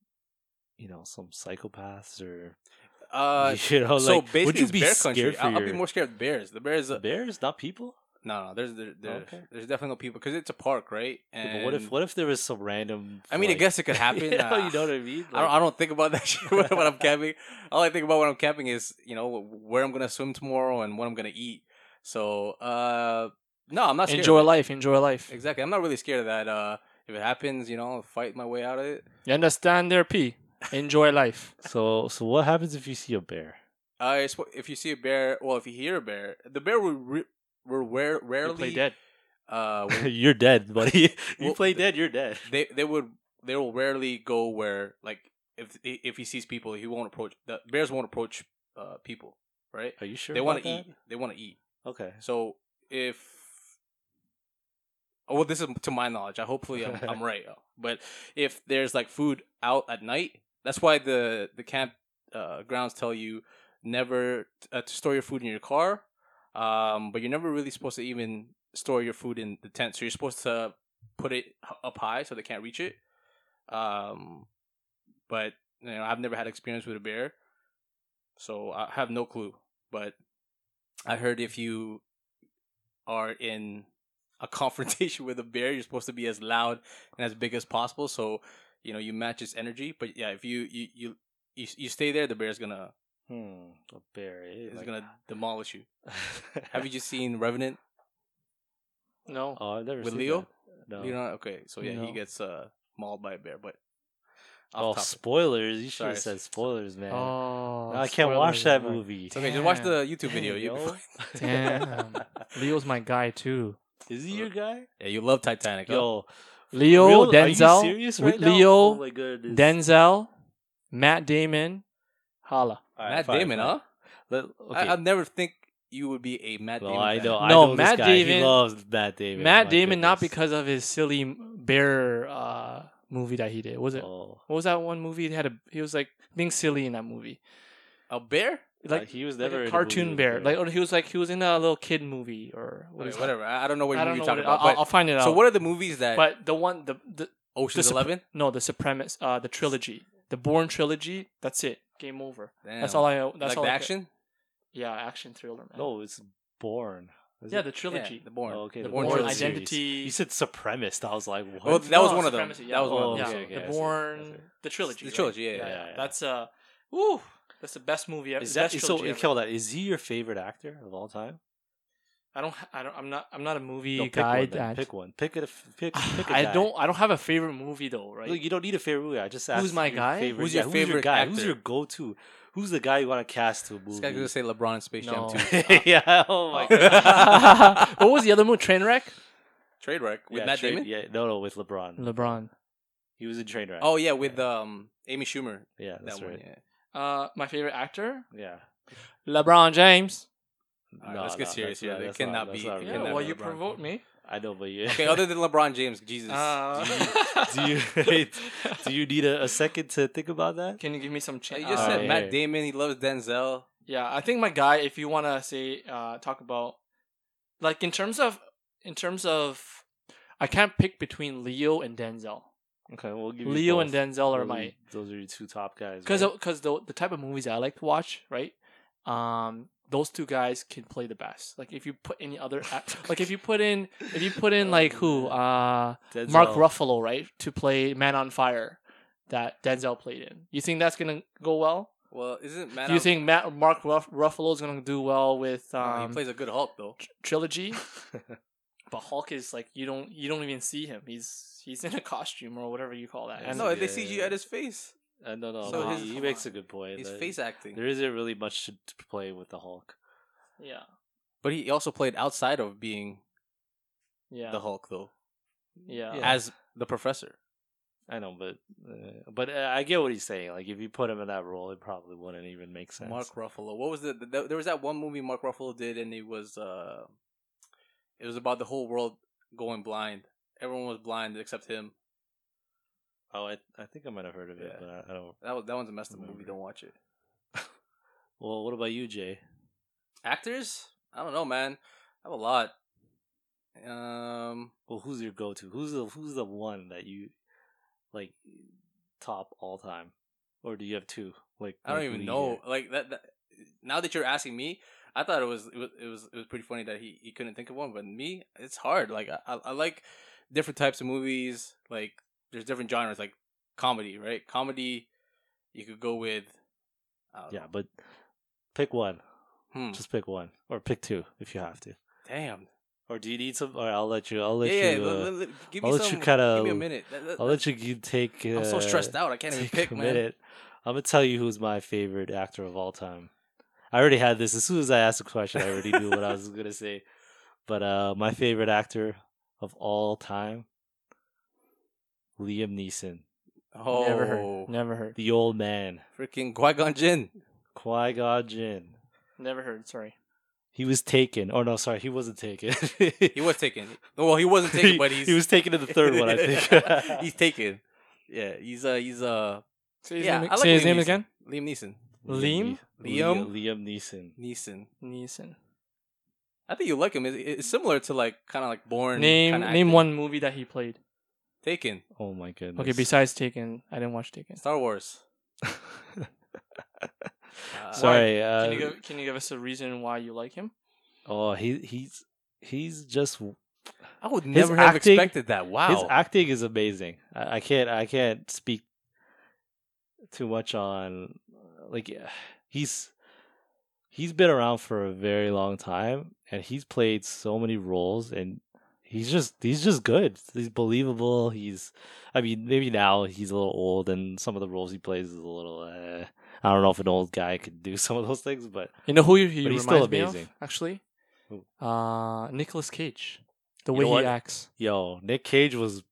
S1: you know, some psychopaths or
S3: uh,
S1: you know,
S3: so
S1: like
S3: basically
S1: would you
S3: it's
S1: be
S3: bear
S1: scared
S3: country.
S1: for
S3: I'll, I'll be
S1: your-
S3: more scared of the bears. The bears, uh,
S1: bears, not people?
S3: no, no, there's there, there,
S1: Okay.
S3: there's definitely no people because it's a park, right? And
S1: Yeah, but what if what if there was some random?
S3: I mean, I
S1: like-
S3: guess it could happen.
S1: you, know, you know
S3: uh,
S1: what I mean?
S3: I don't, I don't think about that shit when when I'm camping. All I think about when I'm camping is, you know, where I'm going to swim tomorrow and what I'm going to eat. So, uh, no, I'm not scared.
S2: Enjoy life. Enjoy life.
S3: Exactly. I'm not really scared of that. Uh, if it happens, you know, I'll fight my way out of it.
S2: You understand there, P? Enjoy life.
S1: so so what happens if you see a bear?
S3: I sw- if you see a bear, well, if you hear a bear, the bear will re- will rare-
S2: You
S3: rarely
S2: play dead.
S3: Uh, will-
S1: you're dead, buddy. you
S3: Well,
S1: play
S3: th-
S1: dead, you're dead.
S3: they they would they will rarely go where like if if he sees people, he won't approach. The bears won't approach uh people, right?
S1: Are you sure?
S3: they
S1: want to
S3: eat. They want to eat.
S1: Okay.
S3: So if Oh, well, this is to my knowledge. I hopefully I'm, I'm right. But if there's like food out at night, that's why the the camp uh, grounds tell you never uh, to store your food in your car. Um, but you're never really supposed to even store your food in the tent. So you're supposed to put it h- up high so they can't reach it. Um, but you know, I've never had experience with a bear, so I have no clue. But I heard if you are in a confrontation with a bear, you're supposed to be as loud and as big as possible. So you know you match its energy. But yeah, if you you you you, you stay there, the bear's gonna
S1: Hmm. A bear. eh?
S3: is
S1: Like-
S3: gonna demolish you. Have you just seen Revenant?
S2: No.
S1: Oh, I've never
S3: with
S1: seen
S3: Leo?
S1: that. No.
S3: You know, okay, so yeah, he
S2: No.
S3: gets uh, mauled by a bear, but
S1: oh,
S3: off topic.
S1: spoilers! You should
S3: Sorry.
S1: have said spoilers, man.
S2: Oh,
S1: I can't watch
S2: spoilers.
S1: that movie.
S3: It's okay, just watch
S2: Damn.
S3: the YouTube video.
S1: Dang,
S3: You'll be
S1: yo.
S3: fine.
S2: Damn. Leo's my guy too.
S1: Is he your guy?
S3: Yeah, you love Titanic. huh?
S1: Yo,
S2: Leo,
S1: real- are you
S2: Denzel,
S1: serious
S2: with
S1: right now?
S2: Leo,
S1: Oh my goodness.
S2: Denzel, Matt Damon, holla.
S1: All right,
S3: Matt
S1: fine,
S3: Damon,
S1: fine.
S3: huh?
S1: Let- okay.
S3: I, I'd never think you would be a Matt
S1: well,
S3: Damon.
S1: I
S3: fan.
S1: know. I
S2: No,
S1: know this
S2: Matt
S1: guy.
S2: Damon-
S1: He loves Matt Damon.
S2: Matt
S1: my
S2: Damon, not
S1: goodness.
S2: because of his silly bear uh, movie that he did. Was it?
S1: Oh.
S2: What was that one movie? He had a. He was like being silly in that movie,
S3: A bear?
S1: Like
S2: like
S1: he was
S2: like
S1: never in
S2: a
S1: the
S2: cartoon
S1: movie
S2: bear.
S1: with
S2: Like or he was like he was in a little kid movie or what is
S3: Wait,
S2: it?
S3: whatever. I, I don't know what
S2: I don't
S3: movie
S2: know.
S3: you're
S2: What it,
S3: talking about.
S2: I'll, I'll
S3: but-
S2: find it out.
S3: so, what are the movies that
S2: But the one the the
S3: Ocean's
S2: the sup-
S3: Eleven?
S2: no the supremacist uh the trilogy the Bourne trilogy. That's it. Game over. That's
S3: Damn.
S2: all I know. That's
S3: like
S2: all
S3: the
S2: I ca-
S3: action.
S2: Yeah, action thriller, man.
S1: No, it's Born.
S2: yeah, the trilogy.
S3: the Born.
S1: Oh, okay,
S3: the
S1: the
S3: Born
S1: Bourne
S2: Bourne
S1: trilogy.
S2: identity.
S1: You said supremacist. I was like, what?
S3: Well, that was
S2: No,
S3: one of them.
S2: Supremacy, yeah.
S3: That was one
S1: Oh,
S3: of them.
S1: okay,
S3: yeah.
S1: okay. I
S2: the
S1: see, I see.
S2: Bourne, the trilogy.
S3: The
S2: right?
S3: trilogy, yeah, yeah,
S1: yeah, yeah.
S2: That's uh, woo, that's the best movie ever.
S1: Is
S2: the
S1: that
S2: best
S1: so?
S2: trilogy ever.
S1: Kill that. Is he your favorite actor of all time?
S2: I don't, ha- I don't, I'm not, I'm not a movie
S1: No, pick
S2: guy.
S1: one. then.
S2: that-
S1: Pick one. Pick it. Pick. pick a
S2: I
S1: guy.
S2: don't, I don't have a favorite movie though, right?
S1: Look, you don't need a favorite movie. I just asked.
S2: Who's my
S1: your
S2: guy?
S1: Favorite.
S3: Who's
S1: yeah,
S3: your
S1: who's your
S3: favorite
S1: guy? Who's
S3: actor?
S1: your go-to? Who's the guy you want to cast to a
S3: This
S1: movie?
S3: guy's gonna say LeBron in Space Jam
S2: No.
S3: 2.
S1: yeah. Oh my god.
S2: what was the other movie? Trainwreck.
S3: Trade wreck with
S1: yeah,
S3: Matt
S1: Tra-
S3: Damon.
S1: Yeah. No, no, with LeBron.
S2: LeBron.
S1: He was in Trainwreck.
S3: Oh yeah, with um Amy Schumer.
S1: yeah, that's
S3: That one.
S1: right.
S3: Yeah.
S2: Uh, my favorite actor,
S1: Yeah.
S2: LeBron James.
S3: Alright, let's get
S1: that's
S3: serious here.
S1: not-
S3: It
S1: that's not-
S3: cannot
S1: that's
S3: be-
S1: not
S3: it
S1: real.
S2: Yeah,
S3: cannot
S2: well,
S3: be
S2: you
S3: LeBron.
S2: provoked me.
S1: I know, but you.
S3: Okay, other than LeBron James, Jesus.
S2: Uh,
S3: Do you-
S1: do you do you need a, a second to think about that?
S2: Can you give me some? Ch-
S3: Yeah, you just
S1: Uh,
S3: said
S1: yeah,
S3: Matt
S1: yeah.
S3: Damon. He loves Denzel.
S2: Yeah, I think my guy, if you wanna say uh talk about like in terms of in terms of I can't pick between Leo and Denzel.
S1: Okay, we'll give you
S2: Leo
S1: both.
S2: and Denzel are
S1: Those
S2: my
S1: Those are your two top guys.
S2: because
S1: right?
S2: because the the type of movies I like to watch, right? Um those two guys can play the best. Like if you put any other act, like if you put in if you put in
S1: Oh,
S2: like who?
S1: man.
S2: Uh
S1: Denzel.
S2: Mark Ruffalo, right? To play Man on Fire that Denzel played in. You think that's going to go well?
S3: Well, isn't Matt?
S2: Do you think Matt, Mark Ruff, Ruffalo is going to do well with
S3: No,
S2: um,
S3: he plays a good Hulk though?
S2: tr- trilogy. but Hulk is like you don't you don't even see him. He's he's in a costume or whatever you call that.
S1: Yeah,
S2: And
S3: no,
S1: yeah,
S3: they
S1: yeah,
S3: see you
S1: yeah.
S3: at his face.
S1: Uh, no, no,
S3: So
S1: but
S2: his-
S1: he, he
S2: come
S1: makes
S2: on.
S1: a good point.
S3: He's
S1: that
S3: face acting.
S1: There isn't really much to to play with the Hulk.
S2: yeah,
S3: But he also played outside of being
S2: yeah,
S3: the Hulk though,
S2: yeah,
S1: Yeah.
S3: as the Professor.
S1: I know, but uh, but uh, I get what he's saying. Like if you put him in that role, it probably wouldn't even make sense.
S3: Mark Ruffalo. What was the, the? There was that one movie Mark Ruffalo did, and it was uh, it was about the whole world going blind. Everyone was blind except him.
S1: oh, I I think I might have heard of it,
S3: Yeah.
S1: but I, I don't.
S3: That was, that one's a messed up
S1: Remember.
S3: movie. Don't watch it.
S1: Well, what about you, Jay?
S3: Actors? I don't know, man. I have a lot. Um,
S1: Well, who's your go-to? Who's the who's the one that you like top all time, or do you have two? Like
S3: I don't
S1: like
S3: even
S1: Lee
S3: know.
S1: here?
S3: Like that, that. Now that you're asking me, I thought it was it was it was, it was pretty funny that he, he couldn't think of one. But me, it's hard. Like I, I I like different types of movies. Like there's different genres. Like comedy, right? Comedy, you could go with. I don't
S1: Yeah, but pick one.
S3: know. Hmm.
S1: Just pick one, or pick two if you have to.
S3: Damn.
S1: Or do you need some? Or I'll let you. I'll let
S3: yeah,
S1: you.
S3: yeah.
S1: uh,
S3: let- let- let- give me
S1: I'll let
S3: some.
S1: you kinda-
S3: give me a minute. Let- let-
S1: I'll let you g- take. Uh,
S3: I'm so stressed out. I can't even
S1: take
S3: pick,
S1: a
S3: man.
S1: minute. I'm gonna tell you who's my favorite actor of all time. I already had this as soon as I asked the question. I already knew what I was gonna say. But uh, my favorite actor of all time, Liam Neeson,
S3: Oh,
S2: Never heard, never heard,
S1: the old man,
S3: freaking Qui Gon Jinn.
S1: Qui Gon Jinn.
S2: never heard. Sorry,
S1: He was taken. Oh no, sorry, he wasn't taken.
S3: He was taken. Well, he wasn't taken, but he's
S1: he was taken in the third one, I think.
S3: he's taken. Yeah, he's uh he's uh
S2: Say his
S3: Yeah,
S2: name,
S3: I like
S2: say his
S3: Liam
S2: name
S3: Neeson.
S2: again.
S3: Liam Neeson.
S2: Liam?
S1: Liam
S3: Liam?
S1: Liam Neeson.
S3: Neeson.
S2: Neeson.
S3: I think you like him. It- It's similar to like kind of like born.
S2: Name
S3: kinda
S2: name
S3: actor.
S2: one movie that he played.
S3: Taken.
S1: Oh my goodness.
S2: Okay, besides Taken, I didn't watch Taken.
S3: Star Wars. Uh,
S1: sorry. Uh,
S2: Can you give, can you give us a reason why you like him?
S1: oh, he he's he's just
S3: I would
S1: His
S3: never have
S1: acting-
S3: expected that.
S1: his
S3: Wow.
S1: acting is amazing. I, I can't I can't speak too much on like yeah, he's he's been around for a very long time and he's played so many roles and he's just he's just good. He's believable. He's I mean maybe now he's a little old and some of the roles he plays is a little uh, I don't know if an old guy could do some of those things, but
S2: You know who he, he
S1: But he's
S2: reminds
S1: still
S2: me of,
S1: amazing.
S2: actually?
S1: Who?
S2: Uh, Nicolas Cage. The
S1: You
S2: way
S1: know
S2: he
S1: what?
S2: acts.
S1: yo, Nick Cage was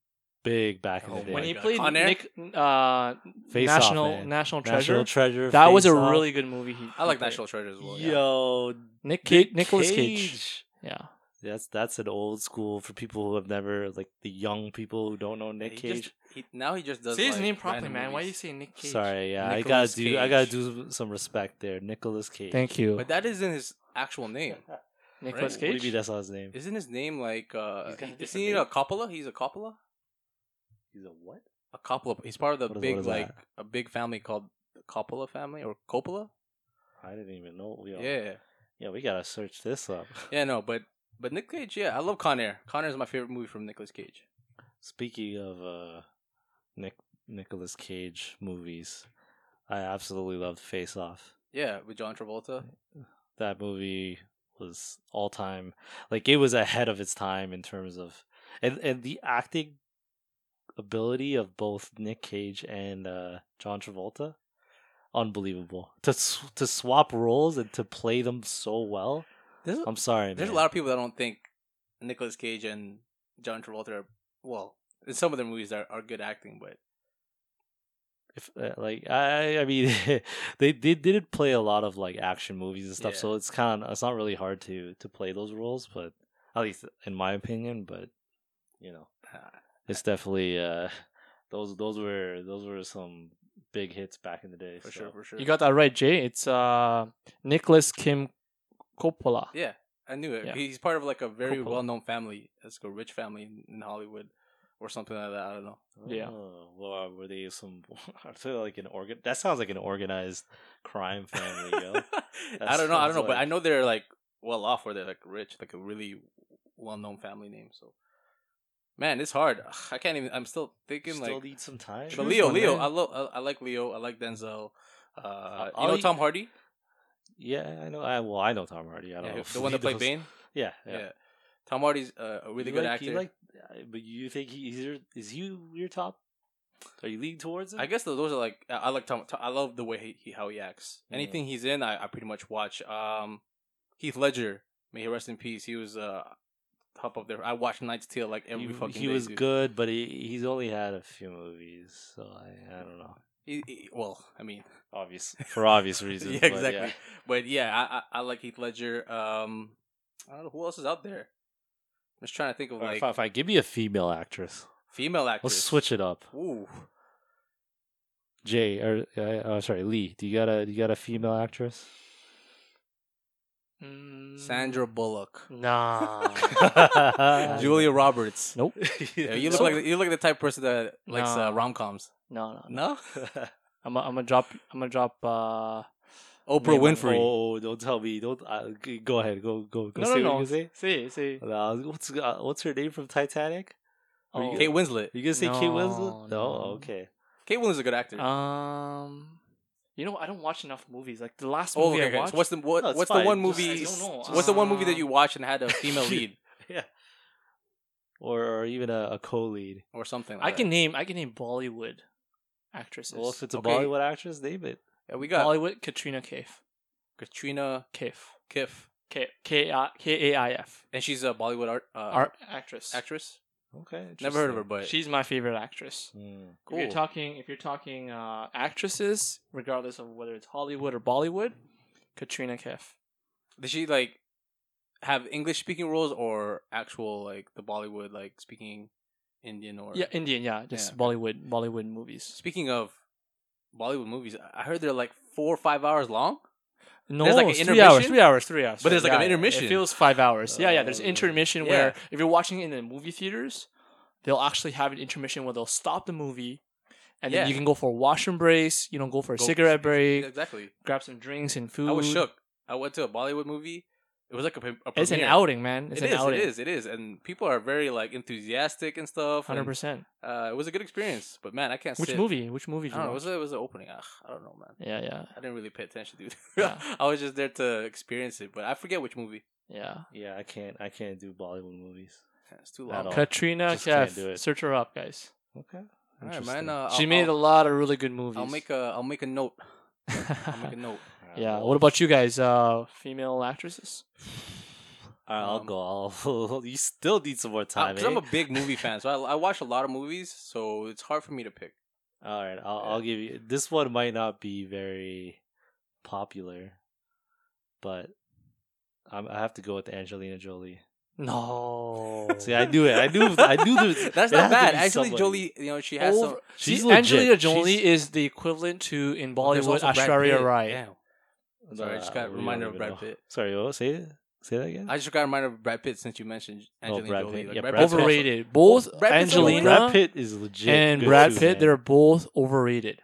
S1: big back in
S3: Oh
S1: the day.
S3: my
S2: When he
S3: God.
S2: played
S3: Con Air?
S2: Nick, uh,
S1: Face Off,
S2: National
S1: man.
S2: National Treasure,
S1: National Treasure.
S2: that was a
S1: Face Off.
S2: really good movie. He,
S3: I
S2: he
S3: like
S2: played.
S3: National Treasure as well. yeah.
S1: Yo,
S2: Nick Cage,
S1: Nick
S2: Nicolas Cage. Yeah,
S1: That's that's an old school for people who have never like the young people who don't know Nick
S3: He just-
S1: Cage.
S3: he- now he just does.
S2: say his
S3: like,
S2: name properly,
S3: random
S2: man. Why do you
S3: movies.
S2: say Nick Cage?
S1: Sorry, yeah,
S3: Nicolas
S1: I gotta do I gotta
S3: Cage.
S1: do some respect there. Nicholas Cage.
S2: Thank you,
S3: But that isn't his actual name.
S2: Nicolas
S3: Right.
S1: What do you
S2: Cage.
S1: mean that's not his name?
S3: Isn't his name like? uh
S2: He's got a
S3: Is
S2: different
S3: he a
S2: name.
S3: Coppola? He's a Coppola.
S1: He's a what?
S3: A Coppola. He's part of the
S1: What is- what
S3: big
S1: is
S3: like
S1: that?
S3: a big family called the Coppola family or Coppola.
S1: I didn't even know. Yo, yeah,
S3: Yeah.
S1: we gotta search this up.
S3: Yeah. No, but but Nick Cage. Yeah, I love Con Air. Con Air is my favorite movie from Nicolas Cage.
S1: Speaking of uh, Nick Nicholas Cage movies, I absolutely loved Face Off.
S3: Yeah, with John Travolta.
S1: that movie was all time like it was ahead of its time in terms of and and the acting ability of both Nick Cage and uh John Travolta unbelievable to s- to swap roles and to play them so well
S3: There's a,
S1: I'm sorry
S3: there's a
S1: man.
S3: lot of people that don't think Nicolas Cage and John Travolta are well. in Some of their movies are, are good acting, but
S1: if, uh, like I I mean they did did play a lot of like action movies and stuff
S3: Yeah.
S1: so it's kind of it's not really hard to to play those roles but at least in my opinion but you know
S3: uh,
S1: it's definitely uh those those were those were some big hits back in the day
S3: for
S1: so.
S3: sure, for sure.
S2: You got that right, Jay. It's uh, Nicholas Kim Coppola.
S3: Yeah. I knew it.
S2: Yeah.
S3: He's part of like a very
S2: Coppola.
S3: well known family. Let's go rich family in- in Hollywood or something like that. I don't know.
S2: Yeah.
S1: Oh, well, uh, were they some? Are they like an organ? That sounds like an organized crime family, yo.
S3: I
S1: That
S3: don't know. I don't
S1: sounds
S3: know, but I
S1: like-
S3: know they're like well off, or they're like rich, like a really well known family name. So, man, it's hard. Ugh, I can't even. I'm still thinking
S1: Still
S3: like.
S1: need some time.
S3: But
S2: Choose
S3: Leo,
S2: one,
S3: Leo,
S2: man.
S3: I love. I, I like Leo. I like Denzel. Uh, you
S1: all
S3: know
S1: you-
S3: Tom Hardy,
S1: Yeah, I know. I well, I know Tom Hardy. I don't
S3: yeah,
S1: know
S3: the one that played
S1: those-
S3: Bane.
S1: Yeah,
S3: Yeah.
S1: yeah.
S3: Tom Hardy's uh, a really
S1: You
S3: good
S1: like-
S3: actor.
S1: You like, uh, but you think he, he's your? Is you your top? Are you leaning towards him?
S3: I guess tho- those are like I I like Tom. Tom- I love the way he, he how he acts.
S1: Yeah.
S3: Anything he's in, I, I pretty much watch. Um, Heath Ledger, may he rest in peace. He was uh top up there. I watched Night's Tale like every
S1: he,
S3: fucking.
S1: he
S3: day,
S1: was
S3: dude.
S1: good, but he he's only had a few movies, so I I don't know.
S3: He- he- well, I mean,
S1: Obvious for obvious reasons.
S3: yeah,
S1: but
S3: exactly. But yeah, I, I I like Heath Ledger. Um, I don't know who else is out there. I'm just trying to think of
S1: All right,
S3: like
S1: fine, fine. Give me a female actress.
S3: female actors.
S1: Let's switch it up.
S3: Ooh,
S1: Jay or uh, uh, sorry, Lee. Do you got a do you got a female actress?
S2: Mm, Uh,
S3: Sandra Bullock,
S2: Nah.
S3: Julia Roberts.
S2: nope.
S3: Yeah, you look like you look like the type of person that likes
S2: No.
S3: uh, rom coms.
S2: No, no. no.
S3: No,
S2: I'm a, I'm gonna drop. I'm gonna drop. Uh,
S3: Oprah
S2: Name one.
S3: Winfrey.
S1: Oh, don't tell me. Don't uh, g- go ahead. Go go go.
S2: no,
S1: say
S2: no,
S1: what
S2: no.
S1: you gonna say.
S2: Say, it, say. it.
S1: Uh, what's uh, what's her name from Titanic? Are you
S2: Oh.
S3: Kate Winslet.
S1: Are you gonna say Kate
S2: No,
S1: Winslet? No.
S2: no.
S1: Okay.
S3: Kate Winslet's a good actor.
S2: Uh, Um, you know, I don't watch enough movies. Like the last
S3: oh,
S2: movie
S3: okay, okay.
S2: I watched.
S3: So what's the what,
S1: No, it's
S3: what's the
S1: fine.
S3: one
S1: Just-
S3: movie?
S2: I don't know.
S3: What's the one movie that
S2: Uh,
S3: you watched and had a female lead
S1: Or, or even a, a co-lead.
S3: or something? Like
S2: I can name. I can name Bollywood actresses.
S1: Well, if it's a
S3: Okay.
S1: Bollywood actress, name it.
S3: that. Yeah, we got
S2: Bollywood Katrina Kaif.
S3: Katrina
S2: Kaif.
S3: Kiff,
S2: K K I K A I F.
S3: and she's a Bollywood art, uh,
S2: Art actress.
S3: actress.
S1: Okay.
S3: Never heard of her,
S1: interesting.
S3: but
S2: She's my favorite actress.
S1: Hmm.
S2: If
S3: Cool.
S2: you're talking, if you're talking uh, actresses, regardless of whether it's Hollywood or Bollywood, Katrina Kaif.
S3: did she like have English speaking roles or actual like the Bollywood like speaking Indian or
S2: yeah, Indian, yeah, just
S3: Yeah.
S2: Bollywood, Bollywood movies.
S3: Speaking of Bollywood movies, I heard they're like four or five hours long.
S2: No,
S3: like, an
S2: it's three hours,
S3: intermission?
S2: three hours, three hours.
S3: But there's, like,
S2: yeah,
S3: an
S2: yeah,
S3: intermission.
S2: It feels five hours. yeah, yeah. There's
S3: Oh,
S2: intermission
S3: yeah.
S2: where if you're watching it in the movie theaters, they'll actually have an intermission where they'll stop the movie, and then
S3: Yeah.
S2: you can go for a washroom break. You know, go for a
S3: Go-
S2: cigarette break,
S3: Exactly.
S2: grab some drinks and food.
S3: I was shook. I went to a Bollywood movie. It was like a, pre- a
S2: It's an
S3: premiere.
S2: outing, man. It's
S3: It
S2: an
S3: is,
S2: outing.
S3: It is. It is. And people are very like enthusiastic and stuff.
S2: Hundred
S3: and,
S2: percent.
S3: Uh, it was a good experience, but man, I can't.
S2: Which
S3: sit.
S2: movie? Which movie?
S3: I
S2: Did you
S3: don't know. It
S2: watch?
S3: was it was the opening. Ugh, I don't know, man.
S2: Yeah, yeah,
S3: I didn't really pay attention, dude.
S2: Yeah.
S3: I was just there to experience it, but I forget which movie.
S2: yeah.
S1: Yeah, I can't. I can't do Bollywood movies.
S3: It's too
S1: At
S3: long.
S1: all.
S2: Katrina
S1: Just can't do
S2: Kaif.
S1: it.
S2: Search her up, guys.
S1: Okay.
S3: All right, man. Uh,
S2: she
S3: I'll-
S2: made
S3: I'll-
S2: a lot of really good movies.
S3: I'll make a. I'll make a note. I'll make a note.
S2: yeah. What about you guys? Uh, female actresses?
S1: Alright, I'll
S3: Um,
S1: go. I'll, you still need some more time.
S3: Because I'm a
S1: eh?
S3: big movie fan, so I, I watch a lot of movies. So it's hard for me to pick.
S1: All right, I'll, I'll give you. This one might not be very popular, but I'm, I have to go with Angelina Jolie.
S2: No.
S1: See, I knew it. I knew. I knew there,
S3: That's
S1: there had
S3: not bad.
S1: to be
S3: Actually,
S1: somebody.
S3: Jolie, you know, she has
S2: Over-
S3: some.
S1: She's
S2: See,
S1: legit.
S2: Angelina Jolie
S1: She's-
S2: is the equivalent to in
S3: There's
S2: Bollywood
S3: also Brad
S2: Aishwarya
S3: Pitt.
S2: Rai.
S3: Damn.
S1: No,
S3: Sorry, I just
S1: Uh, we
S3: got
S1: don't
S3: reminded of
S1: even
S3: Brad
S1: know.
S3: Pitt.
S1: Sorry, what? Say it. Say that again.
S3: I just got reminded of Brad Pitt since you mentioned Angelina
S1: Oh, Brad
S3: Jolie.
S1: Pitt.
S3: Like,
S1: Yeah,
S3: Brad
S1: Brad
S3: Pitt's
S1: Pitt.
S2: Overrated. Both
S3: Brad Pitt's
S2: Angelina
S1: Brad Pitt is legit.
S2: and
S1: good
S2: Brad
S1: too,
S2: Pitt,
S1: man.
S2: they're both overrated.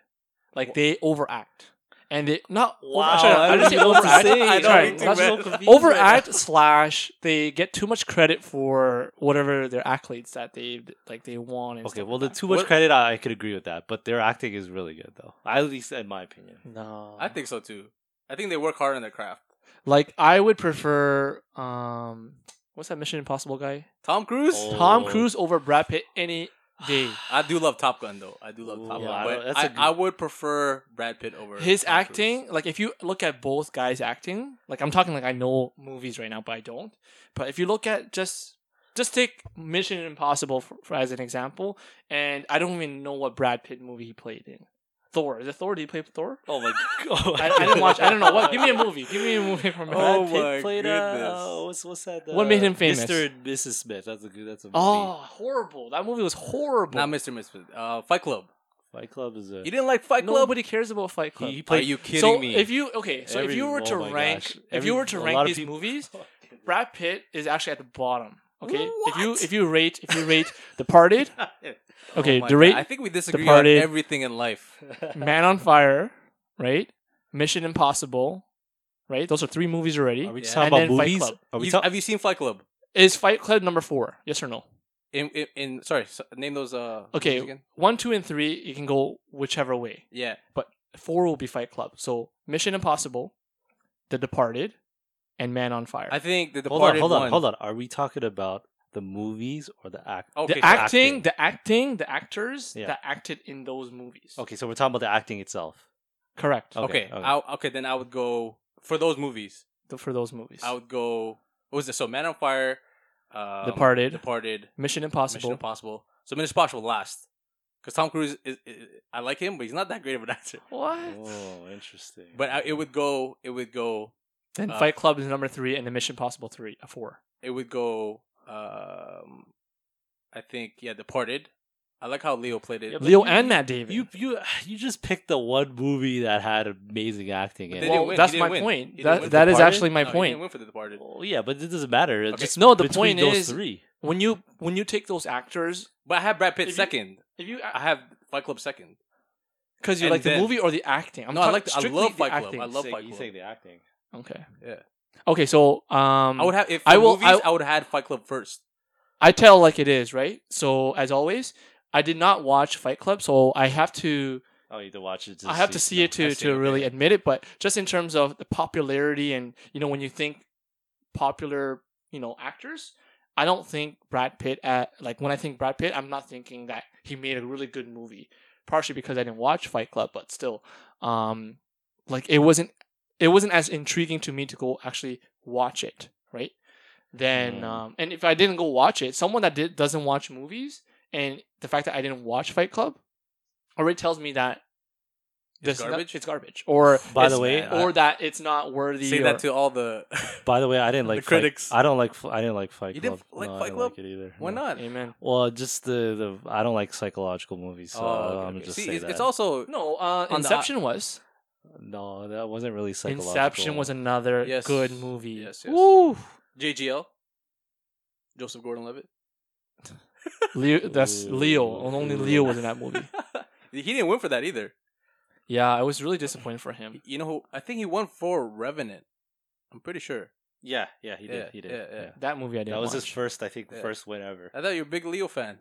S2: Like they overact. And they not over- actually,
S1: I
S2: I
S1: don't
S2: didn't say
S1: even know what to
S2: overact.
S1: say.
S2: I
S1: I
S2: don't
S1: know,
S2: sorry,
S1: me too,
S2: that's-
S1: man.
S2: overact slash they get too much credit for whatever their accolades that they like they won. And
S1: Okay,
S2: stuff
S1: well, the
S2: like
S1: too much
S3: What-
S1: credit, I, I could agree with that, but their acting is really good, though. At least in my opinion.
S2: that. no,
S3: Pitt. I think so too. I think they work hard on their craft.
S2: like I would prefer um what's that Mission Impossible guy?
S3: Tom Cruise.
S1: Oh.
S2: Tom Cruise over Brad Pitt any day.
S3: I do love Top Gun though. I do love Top
S1: Ooh,
S3: Gun,
S1: I don't-
S3: but
S1: that's a
S3: I
S1: good-
S3: I would prefer Brad Pitt over
S2: His
S3: Tom Cruise.
S2: acting, like if you look at both guys acting, like I'm talking like I know movies right now, but I don't. But if you look at just just take Mission Impossible for, for, as an example, and I don't even know what Brad Pitt movie he played in. Thor. Is it Thor? Did he play Thor?
S1: Oh my god!
S2: I, I didn't watch. I don't know. What? Give me a movie. Give me a movie from Brad.
S3: Oh
S1: Brad Pitt
S3: my
S1: played,
S3: goodness.
S1: Uh, what's what's that? Uh,
S2: What made him famous?
S1: Mr. and Mrs. Smith. That's a good. That's a movie.
S2: Oh, horrible! That movie was horrible.
S3: Not Mr. Misfit. Uh, Fight Club.
S1: Fight Club is a.
S3: You didn't like Fight Club?
S2: Nobody cares about Fight Club.
S1: He
S3: Are
S1: played.
S3: you kidding
S2: so
S3: me?
S2: if you okay, so if
S1: Every-
S2: you were to
S1: oh my
S2: rank,
S1: gosh.
S2: if
S1: Every-
S2: you were to
S1: a lot
S2: rank
S1: of Oh,
S2: these
S1: people-
S2: movies, Brad Pitt is actually at the bottom. Okay, if you
S3: What?
S2: if you rate if you rate Departed, okay,
S3: Oh my
S2: the
S3: God.
S2: rate
S3: I think we disagree
S2: Departed.
S3: on everything in life.
S2: Man on Fire, right? Mission Impossible, right? Those are three movies already.
S1: Are we
S3: Yeah.
S1: just
S2: And
S1: talking about
S2: then Fight
S1: movies?
S2: Club.
S1: Are we
S3: You've-
S1: talking?
S3: have you seen Fight Club?
S2: Is Fight Club number four? Yes or no?
S3: In, in, in sorry, so, name those. Uh,
S2: Okay.
S3: movies again.
S2: One, two, and three. You can go whichever way.
S3: Yeah,
S2: Four will be Fight Club. So Mission Impossible, The Departed, and Man on Fire.
S3: I think the
S1: Hold on,
S3: Departed
S1: hold on,
S3: one-
S1: hold on. Are we talking about the movies or the act?
S3: Oh, Okay,
S2: the
S3: so-
S2: acting,
S1: acting.
S2: the acting, the actors
S1: Yeah.
S2: that acted in those movies.
S1: Okay, so we're talking about the acting itself.
S2: correct.
S1: Okay,
S3: Okay,
S1: okay.
S3: I, okay. Then I would go for those movies.
S2: Th- For those movies,
S3: I would go. What was it? So Man on Fire, um,
S2: Departed,
S3: Departed,
S2: Mission Impossible.
S3: Mission Impossible. So Mission Impossible last, because Tom Cruise is, is- I like him, but he's not that great of an actor.
S2: what?
S1: Oh, interesting.
S2: uh,
S3: But I, it would go. It would go.
S2: Then
S3: Uh,
S2: Fight Club is number three, and the Mission Impossible three, a four.
S3: It would go. Um, I think yeah, Departed. I like how Leo played it.
S1: Yeah, but
S2: Leo
S1: you-
S2: and Matt Damon.
S1: you you you just picked the one movie that had amazing acting in
S3: They
S1: it.
S3: didn't
S2: Well,
S3: win. He
S2: that's
S3: didn't
S2: my
S3: win.
S2: point.
S3: He didn't
S2: That-
S3: win.
S2: that is
S1: Departed?
S2: actually my
S3: No, he
S2: point.
S3: didn't win for the Departed.
S1: Well, yeah, but it doesn't matter. It's
S3: Okay.
S1: Just
S2: No, the
S1: between
S2: point
S1: those
S2: is-
S1: three.
S2: when you when you take those actors,
S3: But I have Brad Pitt
S2: If you-
S3: second.
S2: if you uh
S3: I have Fight Club second.
S2: because you
S3: and
S2: like
S3: then-
S2: the movie or the acting. I'm
S3: No, I
S2: talking
S3: like the- I
S2: strictly
S3: love
S2: the
S3: Fight Club.
S2: acting.
S3: I love
S1: Say-
S3: Fight
S1: you
S3: Club.
S1: say the acting.
S2: Okay.
S3: Yeah.
S2: Okay, so um,
S3: I would have if
S2: I
S3: I
S2: will-
S3: movies,
S2: I-
S3: I, would have had Fight Club first.
S2: I tell like it is, right? So as always, I did not watch Fight Club, so I have to
S1: Oh, you have to watch it.
S2: I have to see it
S3: I
S2: to
S3: see,
S2: to
S3: okay.
S2: really admit it. But just in terms of the popularity and you know when you think popular you know actors, I don't think Brad Pitt at like when I think Brad Pitt, I'm not thinking that he made a really good movie. Partially because I didn't watch Fight Club, but still, um, like it wasn't it wasn't as intriguing to me to go actually watch it, right? Then
S1: Mm.
S2: um, and if I didn't go watch it, someone that did, doesn't watch movies and the fact that I didn't watch Fight Club already tells me that
S3: It's
S2: This is not-
S3: garbage.
S2: it's garbage. Or
S1: By
S2: it's-
S1: the way,
S2: or that it's not worthy.
S3: Say
S2: or,
S3: that to all the.
S1: By the way, I didn't
S3: The
S1: like Fight-
S3: critics.
S1: I don't like. F- I didn't like Fight
S3: You
S1: Club.
S3: didn't like
S1: no, I
S3: Fight
S1: didn't
S3: Club?
S1: like it either.
S3: Why
S1: no.
S3: not?
S2: Amen.
S1: Well, just the, the I don't like psychological movies, so uh, I'm
S3: Oh, okay, okay.
S1: just
S3: See,
S1: say
S3: it's,
S1: that.
S3: it's also
S2: No, uh,
S3: On the-
S2: Inception was.
S1: no, that wasn't really psychological.
S2: Inception was another
S3: Yes.
S2: good movie.
S3: Yes, yes.
S2: Woo!
S3: JGL, Joseph Gordon-Levitt.
S2: Leo, that's
S1: Ooh.
S2: Leo. and Only Leo was in that movie.
S3: he didn't win for that either.
S2: Yeah, I was really disappointed for him.
S3: You know, who I think he won for Revenant. I'm pretty sure.
S1: Yeah, yeah, he did.
S3: Yeah,
S1: he did.
S3: yeah, yeah.
S2: That movie I didn't.
S1: That was his
S2: watch.
S1: first, I think,
S3: Yeah.
S1: first win ever.
S3: I thought you were a big Leo fan.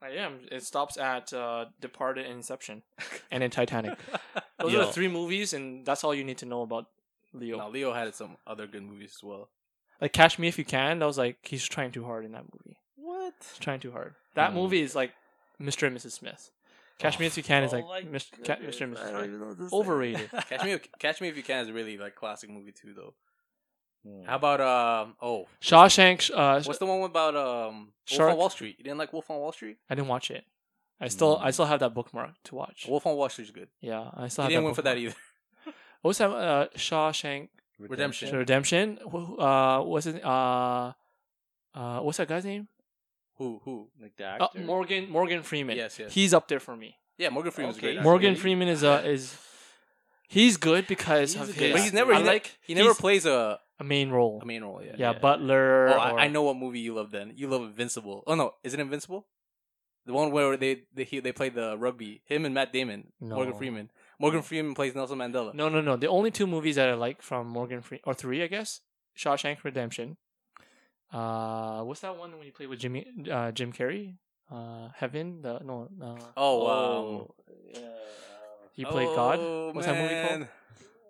S2: I am. It stops at uh, Departed, and Inception, and in Titanic. Those are
S1: Yo.
S2: the three movies, and that's all you need to know about Leo.
S3: Now Leo had some other good movies as well.
S2: Like Catch Me If You Can, that was like he's trying too hard in that movie.
S3: What?
S2: He's trying too hard. That
S3: Mm.
S1: Hmm.
S2: movie is like Mr. and Mrs. Smith. Catch Me If
S3: Oh,
S2: You Can is like Mr. Ca- Mr. and Mrs. Smith. Overrated.
S3: Catch me, if, Catch me if you can is a really like classic movie too, though.
S1: Hmm.
S3: How about um? Oh,
S2: Shawshank. Uh,
S3: what's the one about um? Wolf
S2: Shark-
S3: on Wall Street. You didn't like Wolf on Wall Street?
S2: I didn't watch it. I still I
S3: Mm.
S1: Hmm.
S2: still have that bookmark to watch.
S3: Wolf on Wall Street's good.
S2: Yeah, I still
S3: He
S2: have
S3: didn't
S2: that
S3: win for that
S2: bookmark.
S3: either.
S2: What was that? Uh, Shawshank
S3: Redemption.
S2: Redemption. Who- Uh, what's his uh, uh, what's that guy's name?
S3: Who? Who?
S1: Like the
S2: Uh,
S1: actor.
S2: Morgan Morgan Freeman.
S3: Yes, yes.
S2: He's up there for me.
S3: Yeah, Morgan Freeman's
S1: Okay.
S3: great.
S2: Morgan
S3: actually.
S2: Freeman is uh is he's good because
S1: He's
S2: of
S1: a
S2: his.
S1: good
S3: But he's never.
S2: I
S3: He, ne-
S2: like
S3: he never
S2: he's
S3: plays a,
S2: a main role.
S3: a main role. Yeah.
S2: yeah, Butler.
S3: Oh, I, I
S2: or-
S3: know what movie you love. Then you love Invincible. Oh no, is it Invincible? The one where they they he, they play the rugby. Him and Matt Damon. Morgan
S2: No.
S3: Freeman. Morgan Freeman plays Nelson Mandela.
S2: No, no, no. The only two movies that I like from Morgan Freeman, or three, I guess, Shawshank Redemption. Uh, what's that one when you play with Jimmy, uh, Jim Carrey? Uh, Heaven. The no. Uh,
S3: Oh, um,
S1: yeah,
S2: he played
S3: oh,
S2: God. What's that movie called?
S3: man.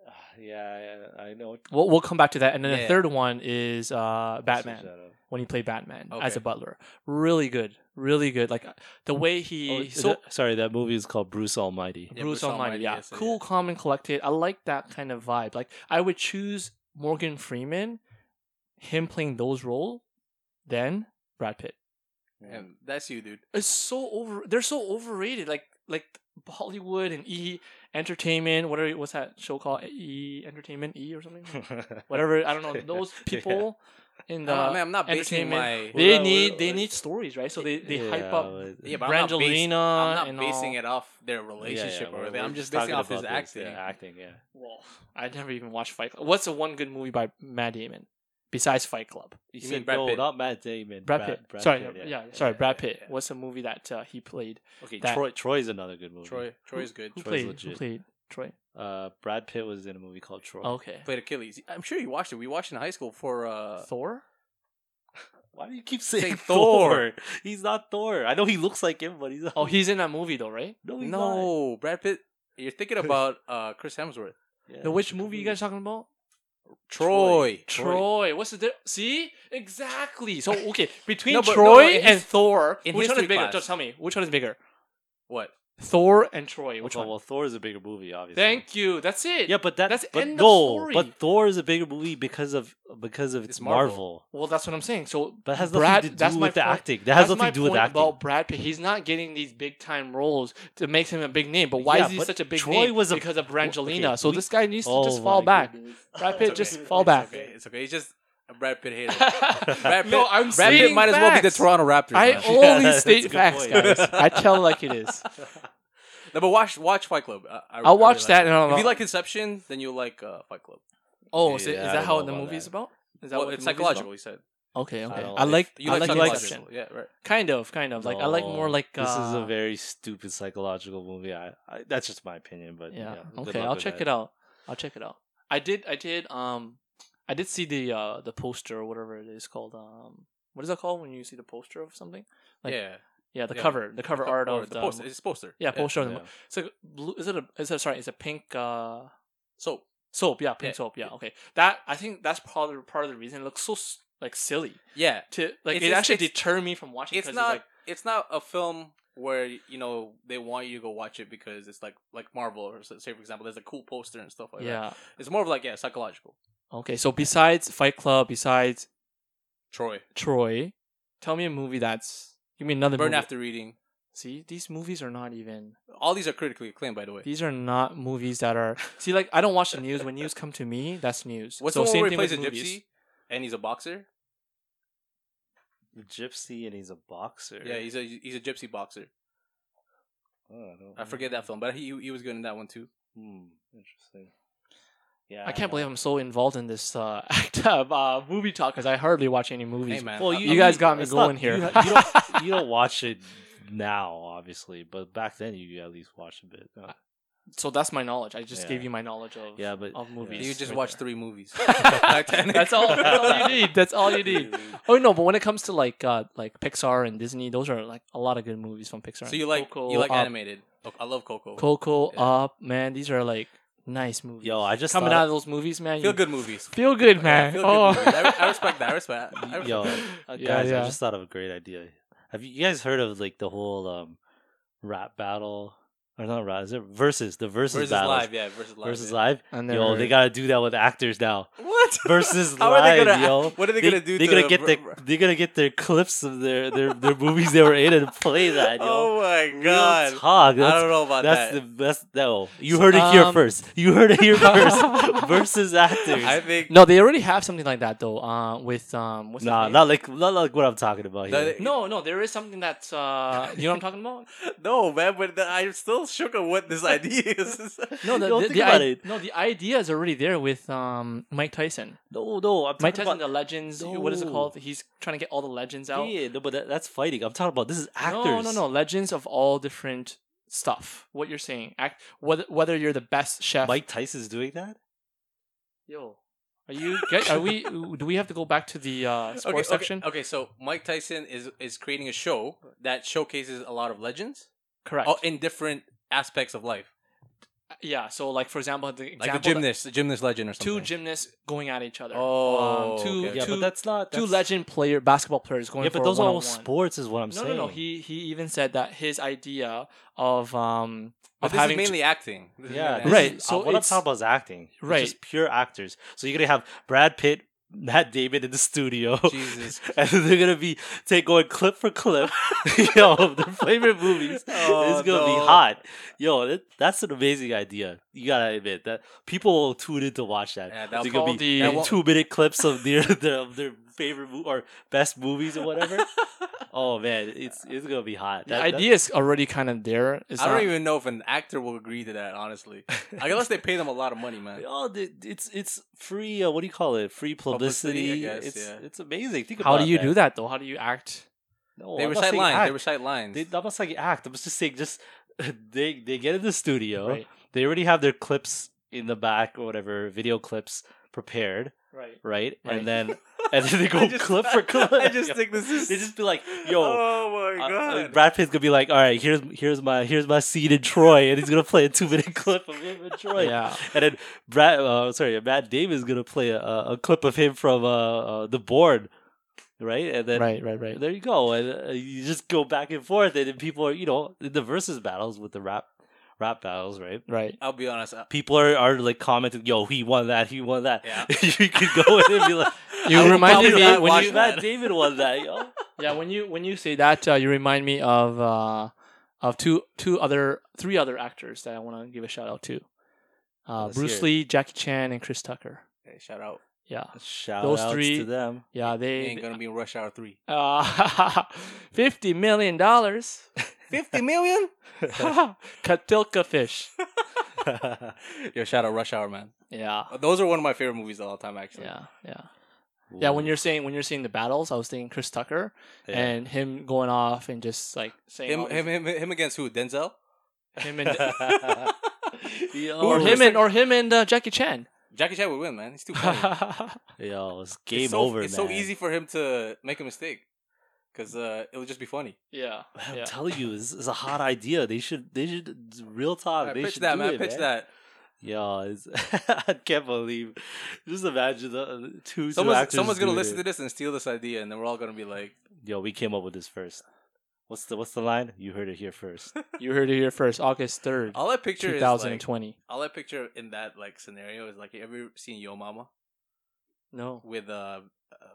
S1: uh, yeah, I, I know.
S2: We'll we'll come back to that. And then
S3: Yeah.
S2: the third one is uh Batman
S1: Search that up.
S2: when he played Batman as
S3: Okay.
S2: a butler. Really good. Really good. Like uh, the way he
S1: Oh,
S2: so
S1: that- sorry, that movie is called Bruce Almighty.
S3: Yeah,
S2: Bruce,
S3: Bruce
S2: Almighty,
S3: Almighty,
S2: yeah.
S3: yes, yeah,
S2: cool,
S3: yeah.
S2: calm, and collected. I like that kind of vibe. Like I would choose Morgan Freeman, him playing those role, then Brad Pitt.
S3: Damn, that's you, dude.
S2: It's so over. They're so overrated. Like like Hollywood and E Entertainment. What are what's that show called? E Entertainment E or something. Whatever. I don't know. Those
S1: Yeah.
S2: people in the
S3: I don't- Oh, man, I'm not basing my.
S2: uh, entertainment. they
S1: Well,
S2: need
S1: well,
S2: they
S1: well,
S2: need stories, right? So they they
S1: yeah,
S2: hype up.
S1: but-
S3: yeah,
S1: yeah,
S3: but I'm not, basing,
S2: Brangelina
S3: I'm not
S2: Uh, and
S3: basing
S2: all.
S3: it off their
S1: yeah,
S3: relationship
S1: we're-
S3: or
S1: we're
S3: anything. I'm just
S1: talking
S3: basing off his
S1: about this,
S3: acting.
S1: yeah, acting, yeah.
S2: Well, I never even watched Fight Club. What's the one good movie by Matt Damon besides Fight Club?
S1: You,
S3: mean
S1: said
S3: Brad
S1: no,
S3: Pitt.
S1: not Matt Damon.
S2: Brad Pitt. sorry, yeah, sorry,
S3: yeah,
S2: Brad
S3: yeah,
S2: Pitt.
S3: yeah.
S2: What's the movie that uh, he played?
S1: Okay,
S2: That-
S1: Troy. Troy's another good movie.
S3: Troy, Troy's good.
S2: Who
S3: Troy
S1: Troy's
S2: played? Who
S1: legit.
S2: played Troy?
S1: Uh, Brad Pitt was in a movie called Troy.
S2: Okay,
S3: played Achilles. I'm sure you watched it. We watched it in high school for. uh
S2: Thor.
S1: Why do you keep saying
S3: Thor.
S1: Thor? He's not Thor. I know he looks like him, but he's not.
S2: Oh, he's in that movie though, right?
S1: no, he's not.
S3: No, Brad Pitt. You're thinking about uh Chris Hemsworth.
S1: Yeah,
S2: The
S1: he's
S2: which
S1: in
S2: movie you guys talking about?
S3: Troy.
S2: Troy. What's the di- see exactly? So okay, between
S3: No, but- no,
S2: Troy
S3: in his-
S2: and Thor,
S3: in
S2: which one
S3: history
S2: is bigger?
S3: class.
S2: Just tell me which one is bigger.
S3: What?
S2: Thor and Troy. Which
S1: well,
S2: one?
S1: Well, Thor is a bigger movie, obviously.
S2: Thank you. That's it.
S1: Yeah, but that,
S2: That's
S1: that's but
S2: end of
S1: no,
S2: story.
S1: but Thor is a bigger movie because of because of its,
S3: It's Marvel.
S1: Marvel.
S2: Well, that's what I'm saying. So,
S1: But it has
S2: Brad-
S1: nothing to
S2: that's
S1: do
S2: my
S1: with the
S2: point.
S1: acting. That has
S2: That's
S1: nothing
S2: my
S1: to do with
S2: point
S1: acting.
S2: About Brad Pitt, he's not getting these big time roles to make him a big name. But why
S1: Yeah,
S2: is he
S1: but
S2: such a big
S1: Troy
S2: name?
S1: was a-
S2: because of Brangelina.
S1: okay,
S2: so
S1: we-
S2: this guy needs to
S1: Oh
S2: just fall
S1: my
S2: back.
S1: goodness.
S2: Brad Pitt,
S3: It's
S2: just
S3: okay.
S2: fall back.
S3: It's okay. It's okay. He's just a Brad Pitt hater. Brad Pitt,
S2: no, I'm
S3: Brad Pitt
S2: stating
S3: might as well be the
S2: facts.
S3: Toronto Raptors.
S2: I
S3: man.
S1: Yeah,
S2: only
S1: that's a
S2: state
S1: good
S2: facts,
S1: point.
S2: guys. I tell like it is.
S3: No, but watch watch Fight Club. I, I
S2: I'll
S3: really
S2: watch
S3: like
S2: that and
S3: it.
S2: I'll.
S3: If you like Inception, then you'll like uh, Fight Club.
S2: oh, so
S1: Yeah, I
S2: is that
S1: don't
S2: how
S1: know
S2: the
S1: about
S2: movie is
S1: that.
S2: about? Is that
S3: Well,
S2: what
S3: it's
S2: the movie is
S3: psychological. He said.
S2: about? Okay, okay. I,
S1: don't
S2: like.
S3: You
S2: I
S3: like,
S2: like Inception.
S3: psychological. Yeah, right.
S2: Kind of, kind of. Like I like more
S1: No,
S2: like. Uh,
S1: Oh, this is a very stupid psychological movie. I, I that's just my opinion, but
S2: yeah.
S1: yeah.
S2: Okay, I'll check it out. I'll check it out. I did. I did. Um, I did see the uh the poster or whatever it is called. Um, what is that called when you see the poster of something? Like-
S3: yeah.
S2: Yeah, the
S3: Yeah,
S2: cover, the cover art
S3: Or
S2: of the,
S3: the, poster. It's a poster.
S2: Yeah, poster. of
S1: Yeah.
S2: the It's like blue. Is it a? Is it sorry? It's a pink. uh
S3: So
S2: Soap, yeah, pink
S3: Yeah.
S2: soap, yeah, okay. That I think that's probably part of the reason it looks so s- like silly.
S3: yeah,
S2: To like,
S3: It's-
S2: it
S3: it's-
S2: actually
S3: it's-
S2: deterred me from watching.
S3: it's
S2: 'cause
S3: not
S2: like,
S3: it's not a film where you know they want you to go watch it because it's like like Marvel or so- say for example, there's a cool poster and stuff like that.
S2: yeah,
S3: It's more of like yeah, psychological.
S2: okay. So besides Fight Club, besides
S3: Troy,
S2: Troy, tell me a movie that's give me another
S3: Burn
S2: movie.
S3: After Reading,
S2: See, these movies are not even.
S3: All these are critically acclaimed, by the way.
S2: These are not movies that are. See, like I don't watch the news. When news come to me, that's news.
S3: What's
S2: So
S3: the one
S2: same
S3: where he
S2: thing
S3: plays a
S2: with
S3: gypsy
S2: movies.
S3: and he's a boxer?
S1: The gypsy and he's a boxer.
S3: Yeah, he's a he's a gypsy boxer.
S1: Oh, I, don't
S2: Mm-hmm.
S3: I forget that film, but he he was good in that one too.
S1: Hmm, interesting.
S3: Uh,
S1: Yeah,
S2: I can't
S1: don't know.
S2: believe I'm so involved in this uh, act of uh, movie talk because I hardly watch any movies.
S3: Hey man,
S1: Well,
S3: I-
S2: you
S3: I-
S2: guys got me
S1: it's
S2: going
S1: not-
S2: here.
S1: You, ha- you don't, you don't watch it now, obviously, but back then you at least watched a bit. Uh,
S2: So that's my knowledge. I just
S1: Yeah.
S2: gave you my knowledge of
S1: Yeah, but-
S2: of movies.
S3: you just
S2: right
S3: watched
S2: there.
S3: three movies.
S2: that's all. That's all you need. That's all you need.
S3: Dude.
S2: Oh no, but when it comes to like uh, like Pixar and Disney, those are like a lot of good movies from Pixar.
S3: So you like
S2: Coco,
S3: you like
S1: Uh,
S2: Up.
S3: animated? Oh, I love Coco.
S2: Coco
S3: Yeah.
S2: Up, man. These are like nice movies.
S1: Yo, I just
S2: coming
S1: thought-
S2: out of those movies, man.
S3: Feel
S2: you
S3: good movies.
S2: Feel good, man.
S3: Feel good
S2: oh,
S3: movies. I, re- I respect that. I respect. I respect
S1: Yo,
S3: that.
S1: uh,
S2: Yeah,
S1: guys,
S2: yeah.
S1: I just thought of a great idea. Have you, you guys heard of like the whole um, rap battle or not rap? Is it versus the versus,
S3: versus
S1: battles,
S3: live, yeah, versus live.
S1: versus
S3: yeah.
S1: live?
S2: And
S1: Yo, they gotta do that with actors now.
S3: What?
S1: Versus
S3: How are they
S1: live,
S3: gonna-
S1: yo.
S3: What are they, gonna do?
S1: They're
S3: to
S1: gonna get
S3: ver-
S1: their they're gonna get their clips of their their, their movies they were in and play that, yo.
S3: Oh my
S1: Real
S3: god!
S1: talk. That's
S3: I don't know about
S1: That's
S3: that.
S1: the best. No, you heard it here
S2: Um,
S1: first. You heard it here first. Versus actors.
S3: I think
S2: No, they already have something like that though. Uh, with um, what's his
S1: nah,
S2: name?
S1: not like not like what I'm talking about
S3: No,
S1: here.
S3: they-
S2: no, no, there is something that's uh, you know what I'm talking about?
S3: no, man. But the, I'm still shook at what this idea is.
S2: No, the,
S1: Yo, think
S2: the, the
S1: about
S2: i-
S1: it.
S2: no, the idea is already there with um Mike Tyson.
S1: No, no, I'm
S2: Mike
S1: talking
S2: Tyson,
S1: about.
S2: the legends. What is it
S1: No.
S2: called? He's trying to get all the legends out.
S1: yeah, no, but that, that's fighting. I'm talking about this is actors.
S2: No, no, no. Legends of all different stuff. What you're saying, act whether whether you're the best chef.
S1: Mike Tyson's doing that.
S2: yo, are you? Get, are we? Do we have to go back to the uh, sports
S3: okay,
S2: section?
S3: Okay, okay, so Mike Tyson is is creating a show that showcases a lot of legends
S2: Correct.
S3: uh, in different aspects of life,
S2: yeah. So, like for example, the example
S3: like a
S2: that-
S3: gymnast, a gymnast legend or something.
S2: two gymnasts going at each other.
S3: Oh,
S2: um, two
S3: okay, okay.
S1: Yeah,
S2: two,
S1: but that's not
S2: two
S1: that's-
S2: legend player basketball players going.
S1: Yeah,
S2: for
S1: but
S2: a
S1: those are all
S2: one-on-one.
S1: sports, is what I'm
S2: No,
S1: saying.
S2: no, no. He he even said that his idea of um
S3: But
S2: of
S3: this is
S2: having two-
S3: mainly acting. This is
S1: yeah,
S3: mainly
S1: this
S3: acting.
S2: Right,
S1: is-
S2: so
S1: uh, what I'm
S2: it's-
S1: talking about is acting. It's
S2: Right.
S1: just pure actors. So you're gonna have Brad Pitt, Matt Damon in the studio.
S3: Jesus.
S1: and they're gonna be take going clip for clip, yo, of their favorite movies.
S3: Oh,
S1: it's gonna be
S3: no.
S1: hot, yo. That, that's an amazing idea. You gotta admit that people will tune in to watch that.
S3: Yeah,
S1: They're
S3: that'll
S1: gonna
S2: called
S1: be
S2: the- that won't-
S1: two minute clips of their, their of their favorite mo- or best movies or whatever. oh man, it's it's gonna be hot.
S2: the
S1: That- that-
S2: idea is already kind of there. It's
S3: I don't
S2: not-
S3: even know if an actor will agree to that, honestly. Unless they pay them a lot of money, man.
S1: Oh, the- it's it's free. Uh, what do you call it? Free
S3: Publicity, I
S1: publicity.
S3: guess,
S1: it's
S3: yeah.
S1: it's amazing. Think
S2: How
S1: about
S2: do you do that though? How do you act?
S1: No,
S3: They
S1: I'm not
S3: recite
S1: saying
S3: lines.
S1: act.
S3: They recite lines.
S1: They, I'm not saying act. I'm just saying just they they get in the studio.
S2: Right.
S1: They already have their clips in the back or whatever video clips prepared,
S2: Right.
S1: right?
S2: Right.
S1: And then and then they
S3: I
S1: go
S3: just-
S1: clip for clip.
S3: I just think this is.
S1: they just be like, "Yo."
S3: oh my
S1: uh,
S3: god!
S1: uh, Brad Pitt's gonna be like, all right, here's here's my here's my scene in Troy, and he's gonna play a two minute clip of him in Troy,
S2: uh, Yeah.
S1: and then Brad, uh, sorry, Matt Damon's gonna play a, a a clip of him from uh, uh, the board, right? And then
S2: right. Right. Right.
S1: there you go, and uh, you just go back and forth, and then people are, you know, in the versus battles with the rap, rap battles, right?
S2: Right.
S3: I'll be honest. I,
S1: People are, are like commenting, "Yo, he won that, he won that."
S3: Yeah.
S1: you could go in and be like,
S2: You
S1: I would
S2: reminded
S1: probably
S2: me
S1: not
S2: when
S1: watch
S2: you-
S1: Matt David won that, yo.
S2: Yeah. When you when you say that, uh, you remind me of uh, of two two other three other actors that I want to give a shout out to. Uh,
S1: Let's hear
S2: Bruce
S1: it.
S2: Lee, Jackie Chan, and Chris Tucker.
S3: hey, shout out.
S2: Yeah.
S1: Shout
S2: Those
S1: outs
S2: three-
S1: to them.
S2: Yeah.
S3: They
S2: They.
S3: ain't gonna be in Rush Hour Three.
S2: uh, Fifty million dollars.
S3: Fifty million?
S2: Katilka fish.
S3: Yo, shout out Rush Hour, man.
S2: Yeah.
S3: Those are one of my favorite movies of all time, actually.
S2: Yeah. Yeah. Yeah, when you're saying when you're seeing the battles, I was thinking Chris Tucker
S1: Yeah.
S2: and him going off and just like saying all
S3: Him,
S2: these-
S3: him, him, him against who? Denzel?
S2: him and
S1: yo,
S2: or him and or him and uh, Jackie Chan.
S3: Jackie Chan would win, man. He's too funny.
S2: yeah,
S1: yo, it's
S3: It's
S1: game
S3: so-
S1: over,
S3: It's
S1: man.
S3: so easy for him to make a mistake, because uh, it would just be funny.
S1: I'm
S2: yeah.
S1: telling you, this is a hot idea. They should, they should, real talk.
S3: Alright,
S1: they
S3: pitch
S1: should
S3: that,
S1: do
S3: man.
S1: It,
S3: pitch that.
S1: Yo, it's, I can't believe. Just imagine the uh, two. two
S3: Someone's,
S1: actors
S3: someone's gonna
S1: doing
S3: listen
S1: it.
S3: to this and steal this idea, and then we're all gonna be like,
S1: Yo, we came up with this first. What's the what's the line? You heard it here first.
S2: You heard it here first, August third,
S3: all I picture
S2: two
S3: is
S2: thousand and
S3: like,
S2: twenty.
S3: all I picture in that like scenario is like, you ever seen Yo Mama
S2: No,
S3: with uh, uh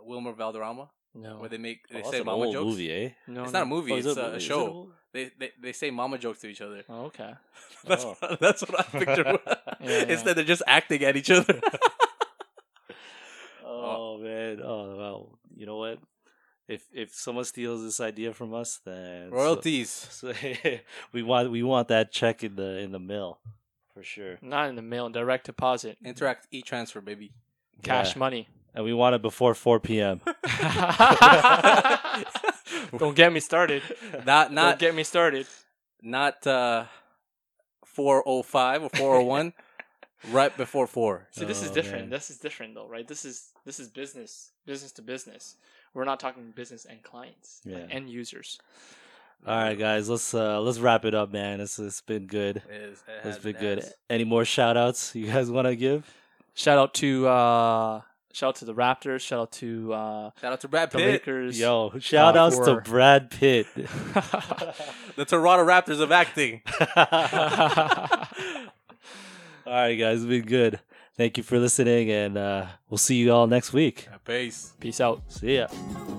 S3: Wilmer Valderrama?
S2: No.
S3: where they make they
S1: Oh, that's
S3: say
S1: an
S3: mama
S1: old
S3: jokes.
S1: movie, eh?
S2: no
S3: It's not a
S2: no.
S1: Oh,
S3: movie;
S1: is
S3: it's
S1: it-
S3: a, a
S1: is it
S3: show.
S1: old?
S3: They, they they say mama jokes to each other.
S2: Oh, okay.
S3: That's
S1: Oh.
S3: what, that's what I picture. Instead,
S2: yeah.
S3: they're just acting at each other. Uh,
S1: Oh man! Oh well, you know what? If if someone steals this idea from us, then so-
S3: Royalties.
S1: So, we want we want that check in the in the mill for sure.
S2: Not in the mail, direct deposit,
S3: Interact e transfer, baby.
S2: cash
S1: Yeah.
S2: money.
S1: and we want it before four p.m.
S2: Don't get me started.
S3: Not
S2: Don't
S3: not
S2: get me started.
S3: not uh, four oh five or four oh one, right before four.
S2: See, this is
S1: Oh,
S2: different.
S1: man.
S2: This is different, though, right? This is this is business, business to business. We're not talking business and clients, like
S1: Yeah.
S2: end users.
S1: All right, guys, let's uh let's wrap it up, man. It's it's been good.
S3: It is- it
S1: It's
S3: has-
S1: been
S3: it
S1: good.
S3: has.
S1: Any more shout outs you guys want to give?
S2: Shout out to uh, shout out to the Raptors. Shout out to uh,
S3: Shout out to Brad
S2: the
S3: Pitt,
S2: Lakers.
S1: Yo, shout outs
S2: for-
S1: to Brad Pitt.
S3: the Toronto Raptors of acting.
S1: All right, guys, it's been good. Thank you for listening, and uh, we'll see you all next week.
S3: Peace.
S2: Peace out.
S1: See ya.
S3: Peace.